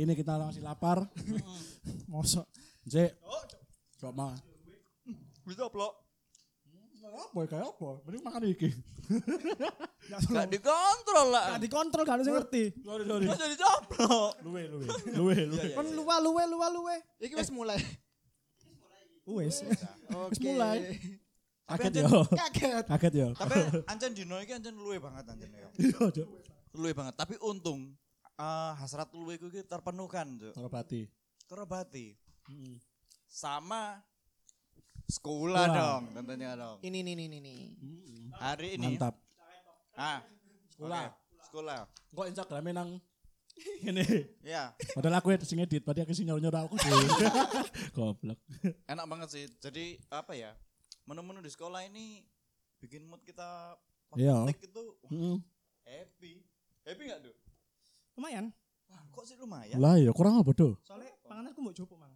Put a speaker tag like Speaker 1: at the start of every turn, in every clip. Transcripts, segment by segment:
Speaker 1: Ya, kita masih lapar. Mosok. Jek,
Speaker 2: Oh,
Speaker 1: kok mah.
Speaker 2: bisa plok.
Speaker 1: Apa ya, kayak apa? Mending makan iki.
Speaker 2: Gak dikontrol lah.
Speaker 3: Gak dikontrol Ya, gak ada yang ngerti.
Speaker 1: Sorry, sorry.
Speaker 2: Kok jadi coplok?
Speaker 1: Luwe, luwe. Luwe, luwe.
Speaker 3: Kon luwe luwe luwe luwe.
Speaker 4: Iki wis mulai.
Speaker 3: Wes.
Speaker 2: Nah,
Speaker 4: Oke.
Speaker 3: mulai.
Speaker 1: Kaget
Speaker 2: Tapi
Speaker 1: ya.
Speaker 4: Kaget.
Speaker 1: Kaget ya.
Speaker 2: Tapi ancen dino iki ancen luwe banget ancen ya.
Speaker 1: Iya, Cuk.
Speaker 2: Luwe banget, tapi untung eh, hasrat luwe ku iki terpenuhkan, Cuk.
Speaker 1: Sarapati.
Speaker 2: Kerobati.
Speaker 1: Heeh.
Speaker 2: Sama sekolah
Speaker 1: Sekolah.
Speaker 2: dong, tentunya dong.
Speaker 4: Ini nih nih nih nih.
Speaker 2: Hari ini.
Speaker 1: Mantap.
Speaker 2: Ah,
Speaker 1: Sekolah.
Speaker 2: oke, Sekolah.
Speaker 1: Kok Instagramnya nang ini.
Speaker 2: Ya,
Speaker 1: Padahal aku ya sing edit, berarti aku sing nyaur-nyaur aku sih. Goblok.
Speaker 2: enak banget sih. Jadi apa ya? Menu-menu di sekolah ini bikin mood kita
Speaker 1: Iya.
Speaker 2: praktek itu wah,
Speaker 1: Heeh.
Speaker 2: happy. Happy gak tuh?
Speaker 3: Lumayan.
Speaker 2: Wah, kok sih lumayan.
Speaker 1: Lah ya kurang apa do?
Speaker 3: Soalnya panganan aku mau coba mang.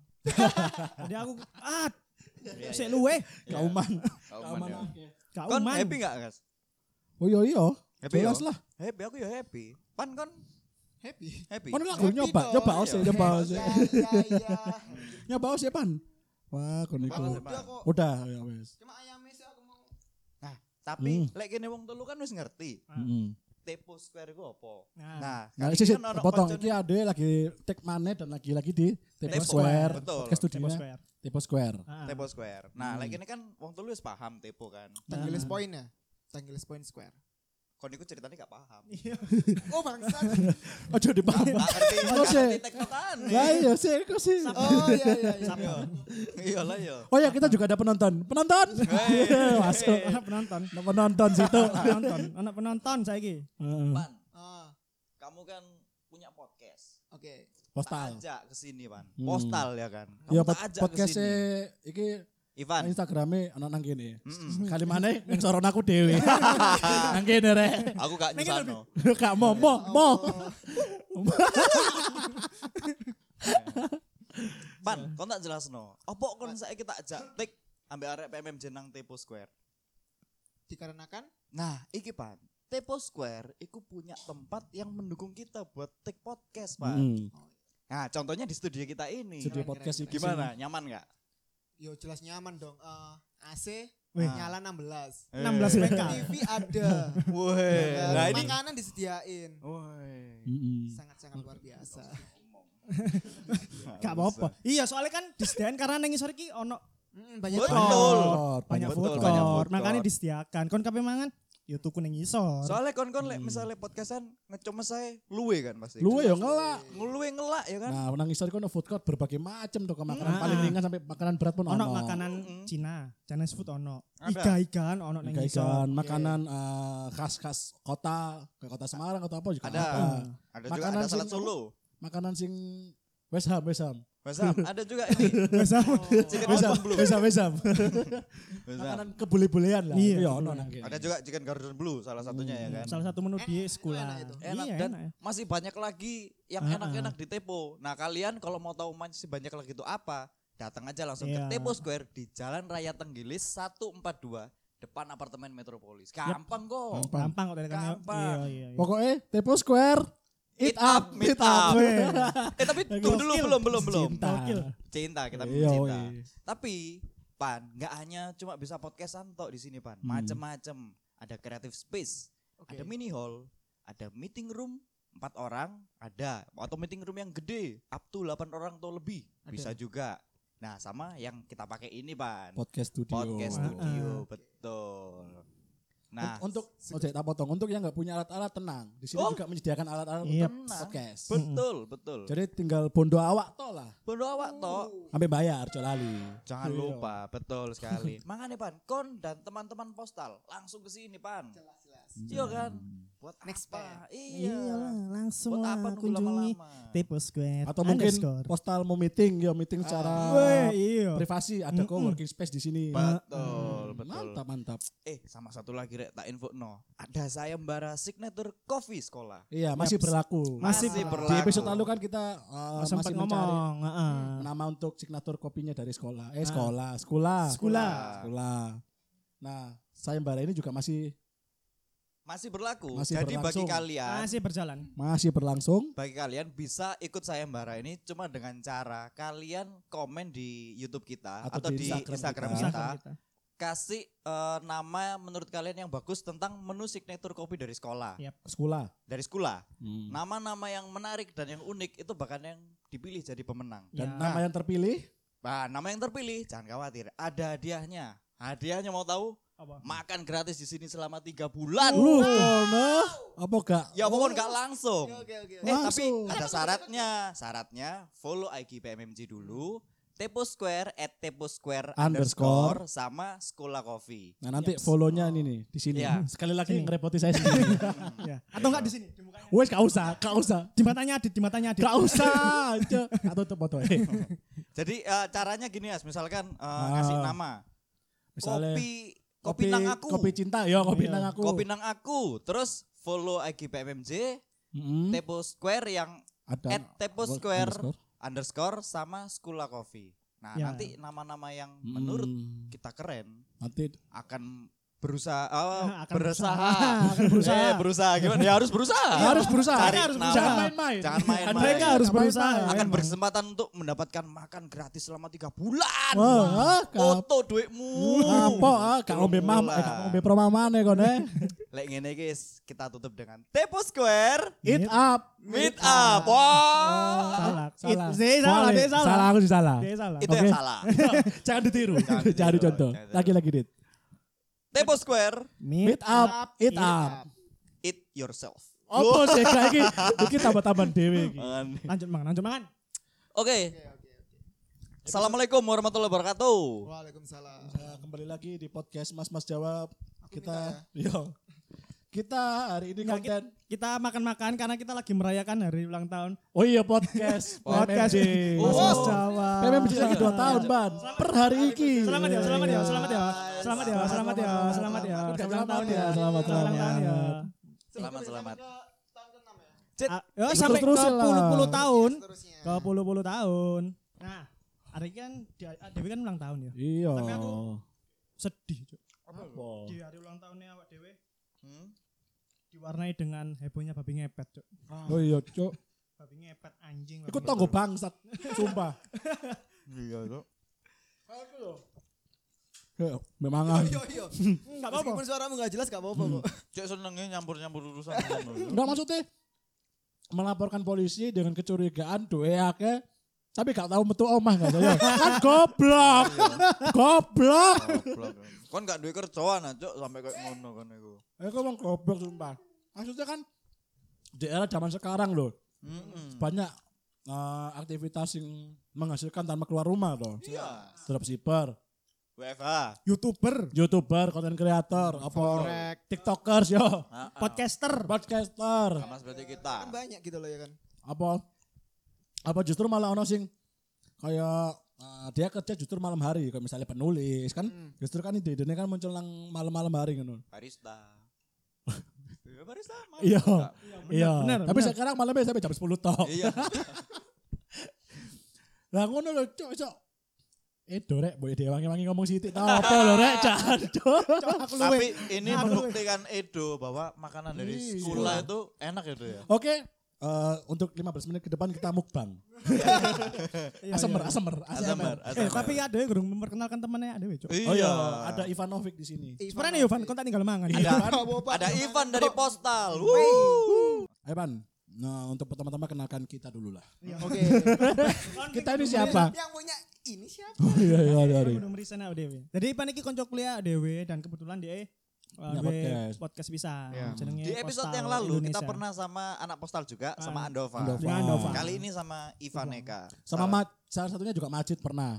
Speaker 3: Jadi aku ah
Speaker 2: Iya, iya.
Speaker 3: sik luwe.
Speaker 2: Iya,
Speaker 1: Kauman.
Speaker 2: Kauman. ya.
Speaker 3: Gak
Speaker 2: Kon
Speaker 3: uman.
Speaker 2: happy gak, Gas?
Speaker 1: Oh iya iya.
Speaker 2: Happy
Speaker 1: Jelas
Speaker 2: yo.
Speaker 1: lah.
Speaker 2: Happy aku ya happy. Pan kon
Speaker 4: Happy.
Speaker 2: happy.
Speaker 1: Kon nggak
Speaker 4: Happy
Speaker 1: nyoba,
Speaker 4: dong.
Speaker 1: coba
Speaker 2: Iya.
Speaker 1: ose, coba ose.
Speaker 4: Ya ya ya.
Speaker 1: Nyoba ose pan. oh, Wah, kon iku.
Speaker 2: Pan,
Speaker 4: Udah
Speaker 2: pan.
Speaker 4: kok.
Speaker 1: Udah ya wes.
Speaker 4: Cuma ayamnya sih aku mau.
Speaker 2: Nah, Tapi
Speaker 1: Hmm.
Speaker 2: lek kene wong telu kan wis ngerti.
Speaker 1: Heeh.
Speaker 2: Tepo square iku apa?
Speaker 3: Nah,
Speaker 2: Nah,
Speaker 1: Nah,
Speaker 2: kali
Speaker 1: sih sih
Speaker 2: ini kan ono
Speaker 1: potong
Speaker 2: koncone-
Speaker 1: iki ade lagi take mane dan lagi lagi di Tepo
Speaker 2: Tepo,
Speaker 1: Square. Podcast
Speaker 2: betul.
Speaker 3: Tempo
Speaker 4: iya.
Speaker 1: studionya
Speaker 3: Square.
Speaker 1: Tepo Square.
Speaker 3: Ah.
Speaker 2: Tepo Square. Nah,
Speaker 1: Hmm.
Speaker 2: lek kene kan wong telu wis paham Tepo kan.
Speaker 3: Nah.
Speaker 4: Tanggilis poin ya. Tanggilis poin square.
Speaker 2: Kon iku ceritanya gak paham.
Speaker 3: Iya.
Speaker 4: Oh bangsa.
Speaker 2: Ah.
Speaker 1: Ojo dipahami.
Speaker 2: Gak ngerti, gak
Speaker 1: Terus ya.
Speaker 2: ngerti tektokan.
Speaker 1: Lah iya sih, iku sih.
Speaker 4: Oh iya iya iya.
Speaker 2: Iya lah ya.
Speaker 1: Oh ya kita juga ada penonton. Penonton. Iya,
Speaker 2: Hei.
Speaker 1: Masuk.
Speaker 3: Anak penonton.
Speaker 1: Ada Penonton situ.
Speaker 3: Anak penonton. Anak penonton saiki.
Speaker 1: Heeh.
Speaker 2: Pan,
Speaker 4: Ah,
Speaker 2: kamu kan punya podcast.
Speaker 4: Oke.
Speaker 1: Postal.
Speaker 2: Tak ajak ke sini, Pan.
Speaker 1: Hmm.
Speaker 2: Postal ya kan. Kamu
Speaker 1: Ya
Speaker 2: tak
Speaker 1: pod-
Speaker 2: ajak ke
Speaker 1: podcastnya
Speaker 2: sini.
Speaker 1: iki
Speaker 2: Ivan.
Speaker 1: Instagramnya anak nang kene.
Speaker 2: Mm-mm.
Speaker 1: Kali mana yang soron aku dewe. nang kene rek.
Speaker 2: Aku gak Ya. nyusano.
Speaker 1: Kak mau mau mau. Iya.
Speaker 2: Pan, kon tak jelasno. Opo kon saiki tak ajak tik ambek arek PMM jenang Tepo Square.
Speaker 4: Dikarenakan
Speaker 2: Nah, iki Pan. Tepo Square iku punya tempat yang mendukung kita buat take podcast, Pan.
Speaker 1: Mm.
Speaker 2: Nah, contohnya di studio kita ini.
Speaker 1: Studio podcast
Speaker 4: keren,
Speaker 1: iki
Speaker 2: Gimana? Nyaman gak?
Speaker 4: yo jelas nyaman dong. Eh, AC
Speaker 3: Weh.
Speaker 2: Nah.
Speaker 4: nyala 16.
Speaker 3: 16 PK.
Speaker 4: TV ada.
Speaker 2: Eh. Woi,
Speaker 4: Ya,
Speaker 2: nah ini.
Speaker 4: makanan disediain.
Speaker 2: Woi.
Speaker 1: Mm-mm.
Speaker 4: Sangat-sangat luar biasa.
Speaker 3: Gak apa-apa. Iya, soalnya kan disediakan karena nang ngisor iki ono
Speaker 4: Mm, banyak
Speaker 2: Betul.
Speaker 4: banget.
Speaker 1: Oh,
Speaker 3: banyak
Speaker 2: Betul,
Speaker 3: food
Speaker 2: banyak food
Speaker 3: court.
Speaker 2: court.
Speaker 3: Makanya disediakan. Kon kape mangan? Ya tuku nang ngisor.
Speaker 2: Soalnya kon-kon lek misalnya podcastan ngecomes saya luwe kan pasti.
Speaker 1: Lu Hmm. ya ngelak.
Speaker 2: Ngeluwe ngelak ya kan.
Speaker 1: Nah, menang isor kono food court berbagai macam tuh makanan
Speaker 3: Mm.
Speaker 1: paling ringan sampai makanan berat pun ono.
Speaker 3: ono makanan
Speaker 2: Mm.
Speaker 3: Cina, Chinese food ono.
Speaker 2: Ada.
Speaker 3: Iga-igaan ono nang ngisor.
Speaker 1: Ikan, makanan eh, khas-khas kota, kayak kota Semarang atau apa juga
Speaker 2: Ada.
Speaker 3: Hmm.
Speaker 1: Ada.
Speaker 2: Ada juga
Speaker 1: Nah, Makanan
Speaker 2: ada salad
Speaker 1: sing-
Speaker 2: solo.
Speaker 1: Makanan sing West Ham, West Ham.
Speaker 2: Mas Ham, ada juga ini.
Speaker 3: Masa?
Speaker 2: Chicken
Speaker 1: West Ham,
Speaker 2: Garden Blue.
Speaker 1: West Ham, West Ham.
Speaker 2: Mas Ham.
Speaker 1: Makanan kebule-bulean lah.
Speaker 3: Iya,
Speaker 1: Iya, ono
Speaker 3: betul.
Speaker 1: nang kene.
Speaker 2: Ada juga chicken garden blue salah satunya ya kan.
Speaker 3: Salah satu menu
Speaker 4: Enak,
Speaker 3: di
Speaker 4: enak,
Speaker 3: sekolah.
Speaker 4: enak itu.
Speaker 2: Enak
Speaker 3: Iya,
Speaker 2: dan
Speaker 1: ya.
Speaker 3: enak.
Speaker 2: masih banyak lagi yang
Speaker 3: Ah,
Speaker 2: enak-enak di Tepo. Nah, kalian kalau mau tahu masih banyak lagi itu apa, datang aja langsung
Speaker 3: Iya.
Speaker 2: ke Tepo Square di Jalan Raya Tenggilis 142 depan apartemen Metropolis. Gampang kok.
Speaker 1: Ya. Gampang.
Speaker 3: Gampang kok dari kan.
Speaker 2: Gampang.
Speaker 3: Iya, iya, iya.
Speaker 1: Pokoknya Tepo Square Eat,
Speaker 2: Eat up,
Speaker 1: up,
Speaker 2: meet
Speaker 1: eat
Speaker 2: up.
Speaker 1: up. Iya,
Speaker 3: Weh.
Speaker 2: Eh tapi
Speaker 3: Gokil.
Speaker 2: tunggu dulu belum belum belum.
Speaker 1: Cinta.
Speaker 3: Gokil.
Speaker 2: Cinta kita
Speaker 1: Iya,
Speaker 2: cinta.
Speaker 1: weh.
Speaker 2: Tapi Pan nggak hanya cuma bisa podcastan tok di sini Pan.
Speaker 1: Hmm.
Speaker 2: Macem-macem. Ada creative space,
Speaker 4: Oke.
Speaker 2: ada mini hall, ada meeting room empat orang ada atau meeting room yang gede up to 8 orang atau lebih bisa juga. Nah, sama yang kita pakai ini, Pan.
Speaker 1: Podcast studio.
Speaker 2: Podcast
Speaker 3: Ah,
Speaker 2: studio,
Speaker 3: ah.
Speaker 2: betul.
Speaker 1: Nah,
Speaker 2: Nah,
Speaker 1: untuk oh, saya tak potong. Untuk yang nggak punya alat-alat tenang, di sini
Speaker 2: Oh.
Speaker 1: juga menyediakan alat-alat
Speaker 3: Iya.
Speaker 1: untuk
Speaker 2: Tenang.
Speaker 1: podcast.
Speaker 2: betul, betul.
Speaker 1: Jadi tinggal bondo awak to lah,
Speaker 2: Bodo awak tok.
Speaker 1: sampai bayar jual lali.
Speaker 2: Jangan
Speaker 1: Iya.
Speaker 2: lupa, betul sekali. Makanya Pan, kon dan teman-teman postal langsung ke sini Pan.
Speaker 4: Jelas-jelas.
Speaker 2: Iya kan? Buat
Speaker 4: Next
Speaker 2: apa? Iya.
Speaker 3: Iyalah, langsung
Speaker 2: Buat
Speaker 3: lah
Speaker 2: apa nunggu
Speaker 3: kunjungi
Speaker 2: lama-lama?
Speaker 3: Tepo Square
Speaker 1: Atau mungkin uh,
Speaker 3: underscore.
Speaker 1: postal mau meeting, ya meeting secara
Speaker 3: Weh, iya.
Speaker 1: privasi. Ada kok working space di sini.
Speaker 2: Ah. Betul, betul.
Speaker 1: Mantap, mantap.
Speaker 2: Eh, sama satu lagi rek tak info no. Ada sayembara signature coffee sekolah.
Speaker 1: Iya, masih
Speaker 3: Yaps.
Speaker 1: berlaku.
Speaker 3: Masih
Speaker 2: berlaku.
Speaker 1: Di episode lalu kan kita uh,
Speaker 3: Mas sempat
Speaker 1: masih mencari
Speaker 3: ngomong, heeh.
Speaker 1: nama untuk signatur kopinya dari sekolah. Eh, sekolah, sekolah.
Speaker 3: Sekolah.
Speaker 1: Sekolah. Nah, sayembara ini juga masih
Speaker 2: Masih berlaku.
Speaker 1: Masih
Speaker 2: Jadi bagi
Speaker 1: berlangsung.
Speaker 2: kalian
Speaker 3: Masih berjalan.
Speaker 1: Masih berlangsung.
Speaker 2: bagi kalian bisa ikut sayembara ini cuma dengan cara kalian komen di YouTube kita atau, di Instagram, kita.
Speaker 1: Bisa
Speaker 3: kita.
Speaker 2: kasih eh, nama menurut kalian yang bagus tentang menu signature kopi dari sekolah,
Speaker 3: Iya.
Speaker 1: Sekolah.
Speaker 2: dari sekolah.
Speaker 1: Hmm.
Speaker 2: Nama-nama yang menarik dan yang unik itu bahkan yang dipilih jadi pemenang.
Speaker 1: Dan
Speaker 3: Ya.
Speaker 1: nama yang terpilih
Speaker 2: Nah, nama yang terpilih jangan khawatir, ada hadiahnya. Hadiahnya mau tahu?
Speaker 3: Apa?
Speaker 2: Makan gratis di sini selama tiga bulan.
Speaker 1: lu kono apa gak?
Speaker 2: Ya pokoknya nggak langsung.
Speaker 4: Oke, oke, oke.
Speaker 2: Eh, tapi
Speaker 1: Langsung.
Speaker 2: ada syaratnya. Syaratnya follow IG PMMG dulu. Tepo Square at Tepo Square
Speaker 1: Underscore.
Speaker 2: underscore sama Sekolah Coffee.
Speaker 1: Nah nanti follow-nya ini nih di sini.
Speaker 2: Iya.
Speaker 1: Sekali lagi
Speaker 3: Sini.
Speaker 1: ngerepoti saya sendiri.
Speaker 3: Ya. Atau enggak di sini? Di mukanya.
Speaker 1: Wes gak usah, gak usah.
Speaker 3: Di matanya Adit, di matanya Adit.
Speaker 1: Gak usah. Cuk. Atau tuh foto. Eh,
Speaker 2: Jadi eh, caranya gini ya, misalkan eh,
Speaker 1: Ah.
Speaker 2: ngasih nama.
Speaker 1: Misalnya
Speaker 2: kopi, kopi nang aku.
Speaker 1: Kopi cinta, ya kopi
Speaker 3: Iya.
Speaker 1: nang aku.
Speaker 2: Kopi nang aku. Terus follow IG PMMG
Speaker 1: Mm-mm.
Speaker 2: Tepo Square yang
Speaker 1: Ada
Speaker 2: at
Speaker 1: Hmm?
Speaker 2: Tepo
Speaker 1: underscore.
Speaker 2: Square underscore sama Sekolah Coffee. Nah,
Speaker 3: Ya.
Speaker 2: nanti nama-nama yang
Speaker 1: Mm.
Speaker 2: menurut Iya. kita keren
Speaker 1: nanti
Speaker 2: akan berusaha oh, berusaha
Speaker 3: Akan berusaha, akan berusaha.
Speaker 2: Eh, berusaha gimana ya harus berusaha
Speaker 1: harus berusaha.
Speaker 2: cari
Speaker 1: harus
Speaker 2: nama.
Speaker 1: Jangan main-main.
Speaker 2: Jangan main-main.
Speaker 1: Mereka harus
Speaker 3: Jangan
Speaker 1: berusaha. ya.
Speaker 3: main-main.
Speaker 2: akan
Speaker 3: Emang.
Speaker 2: berkesempatan untuk mendapatkan makan gratis selama tiga bulan
Speaker 1: Wah, kap-
Speaker 2: foto duitmu
Speaker 1: apa ah gak ngombe mah eh, gak ngombe promo ya, maneh kone.
Speaker 2: lek ngene guys kita tutup dengan Tepo Square
Speaker 1: Eat up.
Speaker 2: meet up wah
Speaker 3: Salah.
Speaker 1: Salah.
Speaker 3: It- Zee salah,
Speaker 1: Boleh.
Speaker 3: Zee salah.
Speaker 1: Salah aku sih salah.
Speaker 3: Dia salah.
Speaker 2: itu yang
Speaker 1: Oke.
Speaker 2: salah
Speaker 1: Jangan ditiru.
Speaker 2: Jangan ditiru,
Speaker 1: Jangan dicontoh.
Speaker 2: jangan ditiru.
Speaker 1: Lagi-lagi dit.
Speaker 2: Tepo Square
Speaker 3: Meet. Iya.
Speaker 1: Meet up, eat up.
Speaker 2: eat yourself
Speaker 1: Opo sih kayak iki? Iki tambah-tambahan dhewe iki.
Speaker 2: Oke,
Speaker 3: Lanjut makan, lanjut makan.
Speaker 4: Oke, oke, oke.
Speaker 2: assalamualaikum warahmatullahi wabarakatuh.
Speaker 4: Waalaikumsalam.
Speaker 1: Nah, kembali lagi di podcast Mas Mas Jawab. Kita
Speaker 4: minta
Speaker 1: yo. Kita hari ini
Speaker 3: Nggak,
Speaker 1: konten
Speaker 3: Kita makan-makan karena kita lagi merayakan hari ulang tahun
Speaker 1: Oh iya podcast
Speaker 3: podcast
Speaker 1: PMMJ.
Speaker 3: Mas Mas
Speaker 1: Wow.
Speaker 3: Jawa.
Speaker 1: PMMJ lagi 2
Speaker 3: Iya.
Speaker 1: tahun, Ban. Per hari iki.
Speaker 3: Selamat ya, selamat ya, selamat ya. Selamat ya,
Speaker 1: Selamat,
Speaker 3: selamat ya,
Speaker 1: selamat,
Speaker 3: selamat ya.
Speaker 1: selamat. Udah
Speaker 3: Selamat tahun
Speaker 1: selamat
Speaker 3: ya,
Speaker 1: ya, selamat,
Speaker 3: Selamat tahun ya.
Speaker 1: selamat.
Speaker 2: Selamat selamat.
Speaker 3: Ah, ya, sampai ke
Speaker 1: terus ya lah.
Speaker 3: puluh-puluh tahun.
Speaker 4: Terusnya.
Speaker 3: Ke puluh-puluh tahun. Nah, hari ini kan Dia- Dewi kan ulang tahun ya.
Speaker 1: Iya.
Speaker 3: Tapi aku- Sedih, Cuk.
Speaker 1: Apa?
Speaker 3: Di hari ulang tahunnya awak Dewi
Speaker 2: Hmm?
Speaker 3: diwarnai dengan hebohnya babi ngepet, Cuk.
Speaker 1: Oh iya, Cuk.
Speaker 3: Babi ngepet anjing. babi
Speaker 1: Iku
Speaker 3: ngepet.
Speaker 1: tonggo bangsat. Sumpah.
Speaker 2: Iya, Cuk.
Speaker 1: Eh, Memang
Speaker 4: Yo, yo.
Speaker 3: Enggak apa-apa.
Speaker 4: Meskipun suaramu gak jelas gak apa-apa kok.
Speaker 2: Cuk senengnya nyampur-nyampur urusan.
Speaker 1: Enggak maksudnya melaporkan polisi dengan kecurigaan doe akeh tapi gak tahu metu omah gak saya. Kan goblok. goblok.
Speaker 2: Kon gak duwe kerjaan ah, Cuk, sampai koyo ngono kon iku.
Speaker 1: Eh kok wong goblok sumpah. Maksudnya kan di era zaman sekarang loh
Speaker 2: Heeh.
Speaker 1: banyak eh, aktivitas yang menghasilkan tanpa keluar rumah loh.
Speaker 2: Iya.
Speaker 1: Dropshipper,
Speaker 2: WFH.
Speaker 3: YouTuber,
Speaker 1: YouTuber, konten kreator, apa TikTokers yo,
Speaker 3: podcaster.
Speaker 1: podcaster,
Speaker 2: Sama seperti
Speaker 4: Kan
Speaker 2: kita.
Speaker 4: banyak gitu loh ya kan.
Speaker 1: apa apa justru malah ono sing kayak eh, dia kerja justru malam hari kayak misalnya penulis kan justru kan ide-idenya kan muncul nang malam-malam hari kan
Speaker 2: Barista. Iya, Barista. maaf.
Speaker 1: iya
Speaker 2: Enggak.
Speaker 1: iya
Speaker 3: benar,
Speaker 1: tapi
Speaker 3: benar.
Speaker 1: sekarang malamnya sampai jam 10 toh
Speaker 2: Iya.
Speaker 1: lah ngono lho cok cok eh dorek boy dia wangi-wangi ngomong sitik tau apa lho rek jancuk
Speaker 3: Aku luwe.
Speaker 2: Tapi ini
Speaker 3: Aku luwe.
Speaker 2: membuktikan Edo bahwa makanan dari
Speaker 1: Iya.
Speaker 2: sekolah itu enak gitu ya.
Speaker 1: oke eh, untuk 15 menit ke depan kita mukbang
Speaker 3: Iya,
Speaker 1: asemer
Speaker 3: iya.
Speaker 1: asemer
Speaker 2: Asambar,
Speaker 1: asemer
Speaker 3: Eh,
Speaker 2: asambar.
Speaker 3: tapi ya Dewi kurang memperkenalkan temannya Dewi, Cuk.
Speaker 1: oh iya
Speaker 2: Iya.
Speaker 1: ada Ivanovic di sini
Speaker 3: Sebenarnya nih Yovan, kau tak tinggal mangan.
Speaker 2: Ada
Speaker 4: Gak apa-apa.
Speaker 2: Iya. ada Ivan dari Postal. Wuh.
Speaker 1: ayo Pan nah, untuk pertama-tama kenalkan kita dulu lah
Speaker 4: Oke.
Speaker 1: kita ini siapa
Speaker 4: Yang punya ini siapa?
Speaker 1: oh iya iya iya,
Speaker 3: Aku
Speaker 1: iya.
Speaker 3: udah merisen aku Dewi. Jadi Ipan iki konco kuliah Dewi dan kebetulan dia eh,
Speaker 1: Punya
Speaker 3: duwe
Speaker 1: podcast.
Speaker 3: podcast bisa. Jenenge
Speaker 2: Di episode
Speaker 3: Postal
Speaker 2: yang lalu
Speaker 3: Indonesia.
Speaker 2: kita pernah sama anak postal juga sama
Speaker 3: Ah.
Speaker 2: Andova.
Speaker 1: Andova.
Speaker 3: Dengan Nova.
Speaker 2: Kali ini sama Ivaneka.
Speaker 1: sama
Speaker 2: Salah.
Speaker 1: Ma- salah satunya juga Majid pernah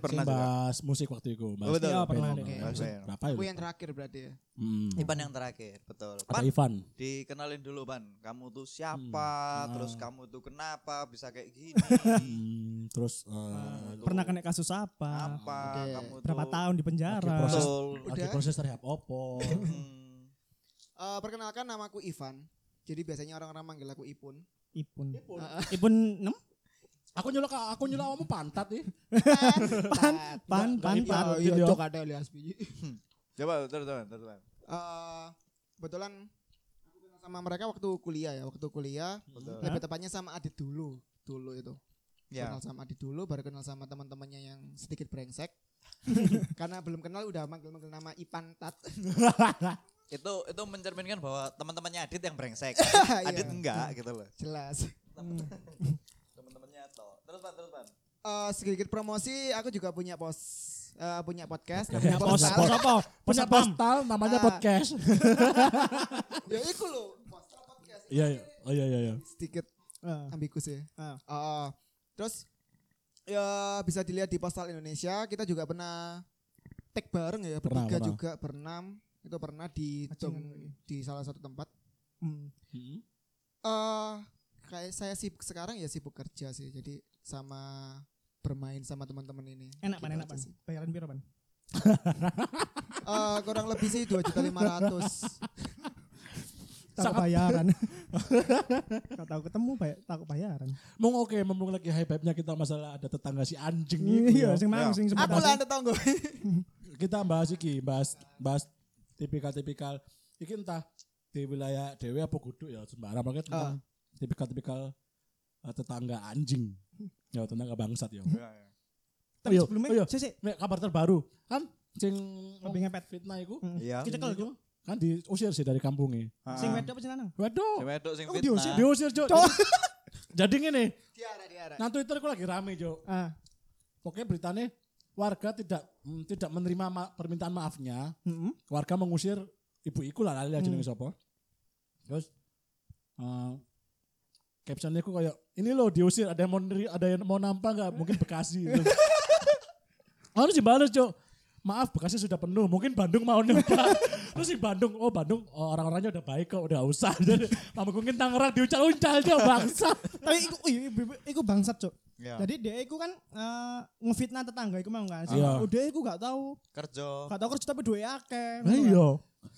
Speaker 1: Sing
Speaker 2: Ah. pernah juga.
Speaker 1: bahas musik waktu itu bahas
Speaker 2: Oh,
Speaker 1: band.
Speaker 2: betul.
Speaker 3: Iya, pernah deh.
Speaker 1: Bahas
Speaker 2: Oke.
Speaker 1: berapa ya
Speaker 4: Aku yang terakhir berarti ya.
Speaker 1: Hmm.
Speaker 2: Ivan yang terakhir, betul.
Speaker 1: ada
Speaker 2: Pan,
Speaker 1: Ivan
Speaker 2: dikenalin dulu Pan. Kamu tuh siapa?
Speaker 1: Hmm.
Speaker 2: Terus
Speaker 3: nah.
Speaker 1: Ah.
Speaker 2: kamu tuh kenapa bisa kayak gini?
Speaker 1: Hmm, terus eh,
Speaker 3: Pernah kena kasus apa?
Speaker 2: apa?
Speaker 4: Oke.
Speaker 2: Kamu tuh
Speaker 3: Ah, Berapa tahun di
Speaker 1: lagi
Speaker 3: penjara?
Speaker 1: proses
Speaker 2: Betul.
Speaker 1: lagi
Speaker 4: Udah.
Speaker 1: proses rehab opo
Speaker 2: Hmm.
Speaker 4: Eh, perkenalkan namaku Ivan. Jadi biasanya orang-orang manggil aku Ipun.
Speaker 3: Ipun.
Speaker 1: Ipun.
Speaker 3: Ipun 6?
Speaker 1: aku nyulok aku nyulok kamu pantat nih
Speaker 4: Pan,
Speaker 3: pan, pan, pan.
Speaker 4: Iya,
Speaker 1: Gitu.
Speaker 4: cok ada alias biji.
Speaker 2: Coba terus terus terus.
Speaker 4: Eh, kebetulan sama mereka waktu kuliah ya, waktu kuliah.
Speaker 5: Betul.
Speaker 4: Lebih tepatnya sama Adit dulu, dulu itu.
Speaker 2: Ya.
Speaker 4: Kenal sama Adit dulu, baru kenal sama teman-temannya yang sedikit brengsek. Karena belum kenal udah manggil-manggil nama Ipan Tat. Iya.
Speaker 2: Itu itu mencerminkan bahwa teman-temannya Adit yang brengsek.
Speaker 4: Iya,
Speaker 2: Adit enggak gitu loh.
Speaker 4: Jelas.
Speaker 2: Teman-temannya toh. Terus Pan, terus Pan.
Speaker 4: Eh, sedikit promosi, aku juga punya pos eh, punya podcast
Speaker 1: Punya
Speaker 4: namanya
Speaker 1: pos,
Speaker 4: Postal.
Speaker 1: pos apa? Punya
Speaker 3: Postal.
Speaker 1: postal namanya
Speaker 4: Ah.
Speaker 1: podcast.
Speaker 4: Ya iku loh, Postal podcast.
Speaker 1: Iya, iya. Oh iya iya iya.
Speaker 4: Sedikit
Speaker 3: Ah,
Speaker 4: ambigus ya.
Speaker 3: ah.
Speaker 4: Oh, terus ya bisa dilihat di Postal Indonesia, kita juga pernah tag bareng
Speaker 1: Pernah,
Speaker 4: ya, bertiga
Speaker 1: pernah. ya?
Speaker 4: juga, berenam. Itu pernah di
Speaker 3: Acungan
Speaker 4: Jong-
Speaker 3: lagi.
Speaker 4: di salah satu tempat.
Speaker 3: Hmm.
Speaker 1: Hmm.
Speaker 4: Eh kayak saya sibuk sekarang ya sibuk kerja sih. Jadi sama bermain sama teman-teman ini.
Speaker 3: Enak pan,
Speaker 4: Gitu
Speaker 3: enak
Speaker 4: aja
Speaker 3: pan.
Speaker 4: sih.
Speaker 3: Bayaran piro pan?
Speaker 4: Eh, kurang lebih sih 2.500.
Speaker 3: Tak
Speaker 1: Sangat-
Speaker 3: bayaran. Kau tahu ketemu bayar, tak bayaran.
Speaker 1: Mau oke, mumpung lagi hype-nya kita masalah ada tetangga si anjing itu.
Speaker 3: Iya, sing
Speaker 2: Ya.
Speaker 3: mang sing
Speaker 4: Aku
Speaker 3: sebelah.
Speaker 4: lah anda tau
Speaker 2: Iya,
Speaker 1: kita bahas iki, bahas bahas tipikal-tipikal iki entah di wilayah dewe apa kudu ya sembarang pokoknya tentang
Speaker 3: Ah.
Speaker 1: tipikal-tipikal eh, tetangga anjing. Ya tetangga bangsat ya.
Speaker 2: Iya, iya.
Speaker 1: Tapi
Speaker 3: Tapi
Speaker 1: yo,
Speaker 3: sebelumnya,
Speaker 1: oh yo,
Speaker 3: sik, sik.
Speaker 1: mek kabar terbaru kan sing
Speaker 3: Lebih ngepet.
Speaker 1: fitnah iku
Speaker 3: Hmm.
Speaker 2: Iya.
Speaker 3: Kita cekel iku.
Speaker 1: kan diusir sih dari kampungnya.
Speaker 2: Ah.
Speaker 3: Sing wedok apa sing lanang?
Speaker 1: Waduh,
Speaker 2: Cewek wedok sing
Speaker 3: Oh,
Speaker 2: fitnah.
Speaker 3: diusir,
Speaker 1: diusir Cuk. Jadi ngene,
Speaker 4: Diara, diara.
Speaker 1: nang Twitter ku lagi rame Cuk.
Speaker 3: Ah,
Speaker 1: Pokoknya beritanya warga tidak mm, tidak menerima ma- permintaan maafnya
Speaker 3: heeh.
Speaker 1: warga mengusir ibu iku lah lali jenenge sapa. Terus eh captionnya ku kayak ini loh diusir ada yang mau neri- ada yang mau nampang nggak mungkin Bekasi. Terus, Harus dibales, Cok. Maaf Bekasi sudah penuh, mungkin Bandung mau nyoba. Terus di Bandung, oh Bandung oh, orang-orangnya udah baik kok, udah nggak usah. Jadi, Tambah mungkin Tangerang diuncal-uncal aja bangsa.
Speaker 3: Tapi iku iya, ibu- ibu- iku bangsat, Cuk.
Speaker 2: Iya.
Speaker 3: Jadi dia iku kan eh, ngefitnah tetangga iku mang kan.
Speaker 1: Iya.
Speaker 3: Udah iku gak tahu,
Speaker 2: Kerja.
Speaker 3: gak tahu kerja tapi duwe akeh.
Speaker 1: Lah iya.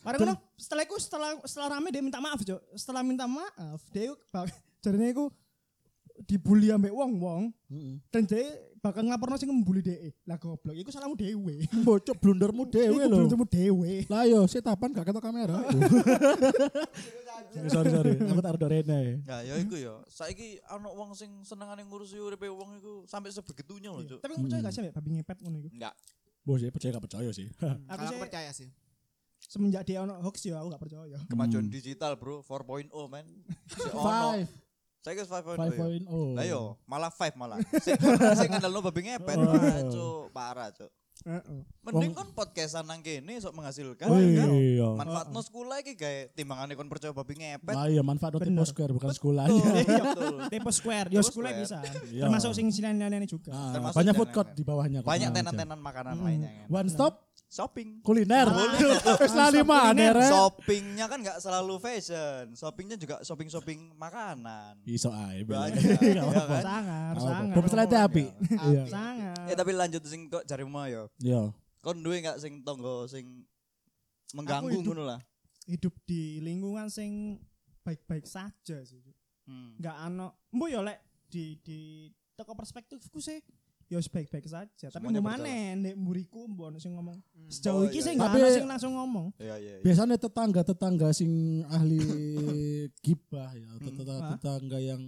Speaker 3: Bareng ngono, setelah iku setelah setelah rame dia minta maaf, Cuk. Setelah minta maaf, dia iku bak- jarine iku dibully ambek wong-wong dan dia bakal ngelaporno sing ngebully dia. Lah goblok, iku salahmu dhewe.
Speaker 1: Bocok blundermu dewe
Speaker 3: Iku
Speaker 1: loh.
Speaker 3: belum dhewe.
Speaker 1: Lah yo, setapan gak ketok kamera. sorry sorry, aku taruh Dorena ya.
Speaker 2: Ya, ya iku ya. Saiki ana wong sing senengane ngurusi uripe wong iku sampai sebegitunya
Speaker 1: Iya.
Speaker 2: loh, Cuk.
Speaker 3: Iya. Tapi kamu percaya gak sih Mbak, babi ngepet ngono iku?
Speaker 2: Enggak.
Speaker 1: Bos ya percaya gak percaya sih.
Speaker 3: Aku
Speaker 4: Kalau
Speaker 3: sih
Speaker 4: aku percaya sih.
Speaker 3: semenjak dia ono hoax ya aku gak percaya.
Speaker 2: Kemajuan digital, Bro. 4.0, men. Si
Speaker 1: Hmm.
Speaker 2: ono.
Speaker 1: Five,
Speaker 2: Saiki wis 5.0.
Speaker 1: five
Speaker 2: ya.
Speaker 1: point oh.
Speaker 2: Lah yo, malah 5 malah. Sing sing ngendelno babi ngepet. Wah, Cuk, parah, Cuk.
Speaker 3: Heeh.
Speaker 2: Mending kon podcastan nang kene sok menghasilkan.
Speaker 1: Oh
Speaker 2: kan?
Speaker 1: iya.
Speaker 2: Manfaatno sekolah iki gawe timbangane kon percaya babi ngepet.
Speaker 1: Lah iya manfaat dari
Speaker 3: Bener.
Speaker 1: Timur Square bukan sekolah.
Speaker 2: Iya, betul.
Speaker 3: Tipe square, yo
Speaker 2: Tipe
Speaker 3: sekolah
Speaker 2: square.
Speaker 3: bisa.
Speaker 1: Iya.
Speaker 3: Termasuk sing sinan-sinan juga.
Speaker 1: Ah,
Speaker 2: Termasuk
Speaker 1: banyak
Speaker 2: dan
Speaker 1: food court
Speaker 2: lain-lain.
Speaker 1: di bawahnya. kok.
Speaker 2: Banyak
Speaker 1: Nah,
Speaker 2: tenan-tenan makanan lainnya.
Speaker 1: aja.
Speaker 2: kan.
Speaker 1: One stop
Speaker 2: Shopping.
Speaker 1: kuliner. Wis lali mana rek?
Speaker 2: Shoppingnya kan nggak selalu fashion. Shoppingnya juga shopping-shopping makanan.
Speaker 1: Iso ae.
Speaker 2: Banyak,
Speaker 1: Gak
Speaker 2: ya
Speaker 1: Iya. apa-apa.
Speaker 2: kan?
Speaker 3: Sangar,
Speaker 1: Gak apa-apa.
Speaker 3: sangar.
Speaker 1: Bom selete api. Iya.
Speaker 3: Sangar.
Speaker 2: Eh tapi lanjut sing kok cari rumah ya.
Speaker 1: Iya.
Speaker 2: Kon duwe nggak sing tonggo sing mengganggu
Speaker 3: Aku hidup-
Speaker 2: ngono lah.
Speaker 3: Hidup di lingkungan sing baik-baik saja sih.
Speaker 2: Hmm.
Speaker 3: Enggak ano. Mbo yo ya, lek di di teko perspektifku sih yo baik-baik saja. Tapi
Speaker 2: Semuanya
Speaker 3: gimana nek mburiku mbo ono sing ngomong.
Speaker 2: Oh,
Speaker 3: Sejauh
Speaker 2: iya,
Speaker 3: iki sih
Speaker 2: iya.
Speaker 3: enggak
Speaker 1: Tapi-
Speaker 3: ono sing langsung ngomong.
Speaker 2: Iya iya. iya.
Speaker 1: Biasanya tetangga-tetangga sing ahli gibah ya,
Speaker 3: Ah.
Speaker 1: tetangga-tetangga yang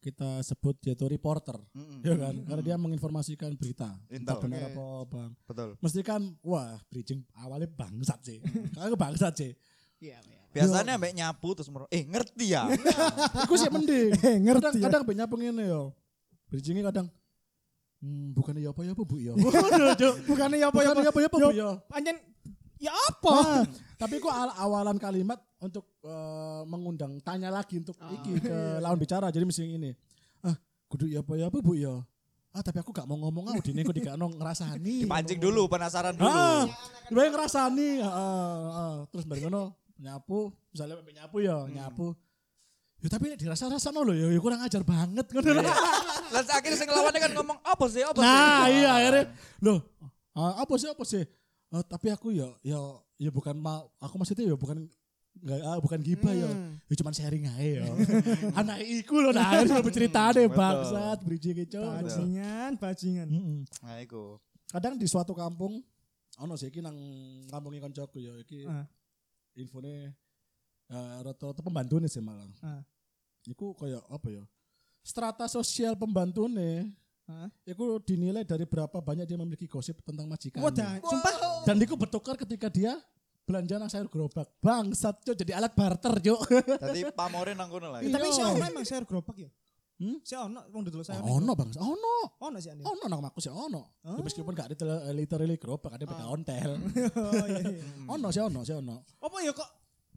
Speaker 1: kita sebut yaitu reporter,
Speaker 2: Mm-mm.
Speaker 1: ya kan? Karena dia menginformasikan berita. Entah
Speaker 2: Intel.
Speaker 1: benar
Speaker 4: Oke.
Speaker 1: apa bang.
Speaker 2: Betul.
Speaker 1: Mesti kan, wah, bridging awalnya bangsat sih. Kalau bangsat sih.
Speaker 4: Iya, iya.
Speaker 2: Biasanya ambek nyapu terus merokok. Eh ngerti ya.
Speaker 1: Iku sih mending.
Speaker 3: Eh,
Speaker 1: Kadang
Speaker 3: ngerti ya.
Speaker 1: kadang banyak pengen yo. Bridgingnya kadang hmm, bukannya ya apa ya apa bu ya. Waduh, Cuk.
Speaker 3: Bukannya ya apa ya
Speaker 1: Bukannya ya apa ya apa bu
Speaker 3: Yo.
Speaker 1: ya.
Speaker 3: Anjen ya
Speaker 1: Ah,
Speaker 3: apa?
Speaker 1: tapi kok al- awalan kalimat untuk eh, mengundang tanya lagi untuk iki ke lawan bicara jadi mesti ini ah kudu ya apa ya apa bu ya ah tapi aku gak mau ngomong ah udine aku tidak nong ngerasani
Speaker 2: Pancing dulu penasaran dulu.
Speaker 1: ah gue ngerasani ah, ah, ah. terus bareng ngono nyapu misalnya sampai nyapu ya
Speaker 2: Hmm.
Speaker 1: nyapu ya tapi dirasa rasa lo ya ya kurang ajar banget ngono lho.
Speaker 2: Terus akhirnya sing lawannya kan ngomong apa sih apa sih.
Speaker 1: Nah, iya akhirnya loh, ah, apa sih apa sih? Ah, tapi aku ya ya ya bukan mau aku maksudnya ya bukan nggak ah, bukan gibah ya.
Speaker 2: Hmm.
Speaker 1: Ya cuman sharing aja ya. Anak iku loh nah harus bercerita deh
Speaker 2: Betul.
Speaker 1: bangsat bridging itu.
Speaker 3: Bajingan, bajingan.
Speaker 2: Nah iku.
Speaker 1: Kadang di suatu kampung ono sih iki nang kampunge koncoku ya iki
Speaker 3: Ah.
Speaker 1: infone eh rata-rata pembantu sih malah.
Speaker 3: Ah.
Speaker 1: Iku kayak apa ya? Strata sosial pembantu nih.
Speaker 3: Hah?
Speaker 1: Iku dinilai dari berapa banyak dia memiliki gosip tentang majikan.
Speaker 3: Wadah, sumpah.
Speaker 1: Dan iku bertukar ketika dia belanja nang sayur gerobak. Bangsat cuk jadi alat barter cuk.
Speaker 2: Tadi pamore nang kono lah.
Speaker 3: Eh,
Speaker 2: ya.
Speaker 3: Tapi
Speaker 1: Iya.
Speaker 3: sih ono emang sayur gerobak ya.
Speaker 1: Hmm? Oh,
Speaker 3: Sih ono wong dodol sayur.
Speaker 1: ono bangsa, ono.
Speaker 3: Ono sih Oh, ane.
Speaker 1: Ono nang aku sih ono.
Speaker 3: Ah.
Speaker 1: Ya, meskipun gak ada tele- literally gerobak, ada beda ontel.
Speaker 3: Oh, iya, iya.
Speaker 1: ono sih ono sih ono.
Speaker 3: Apa ya kok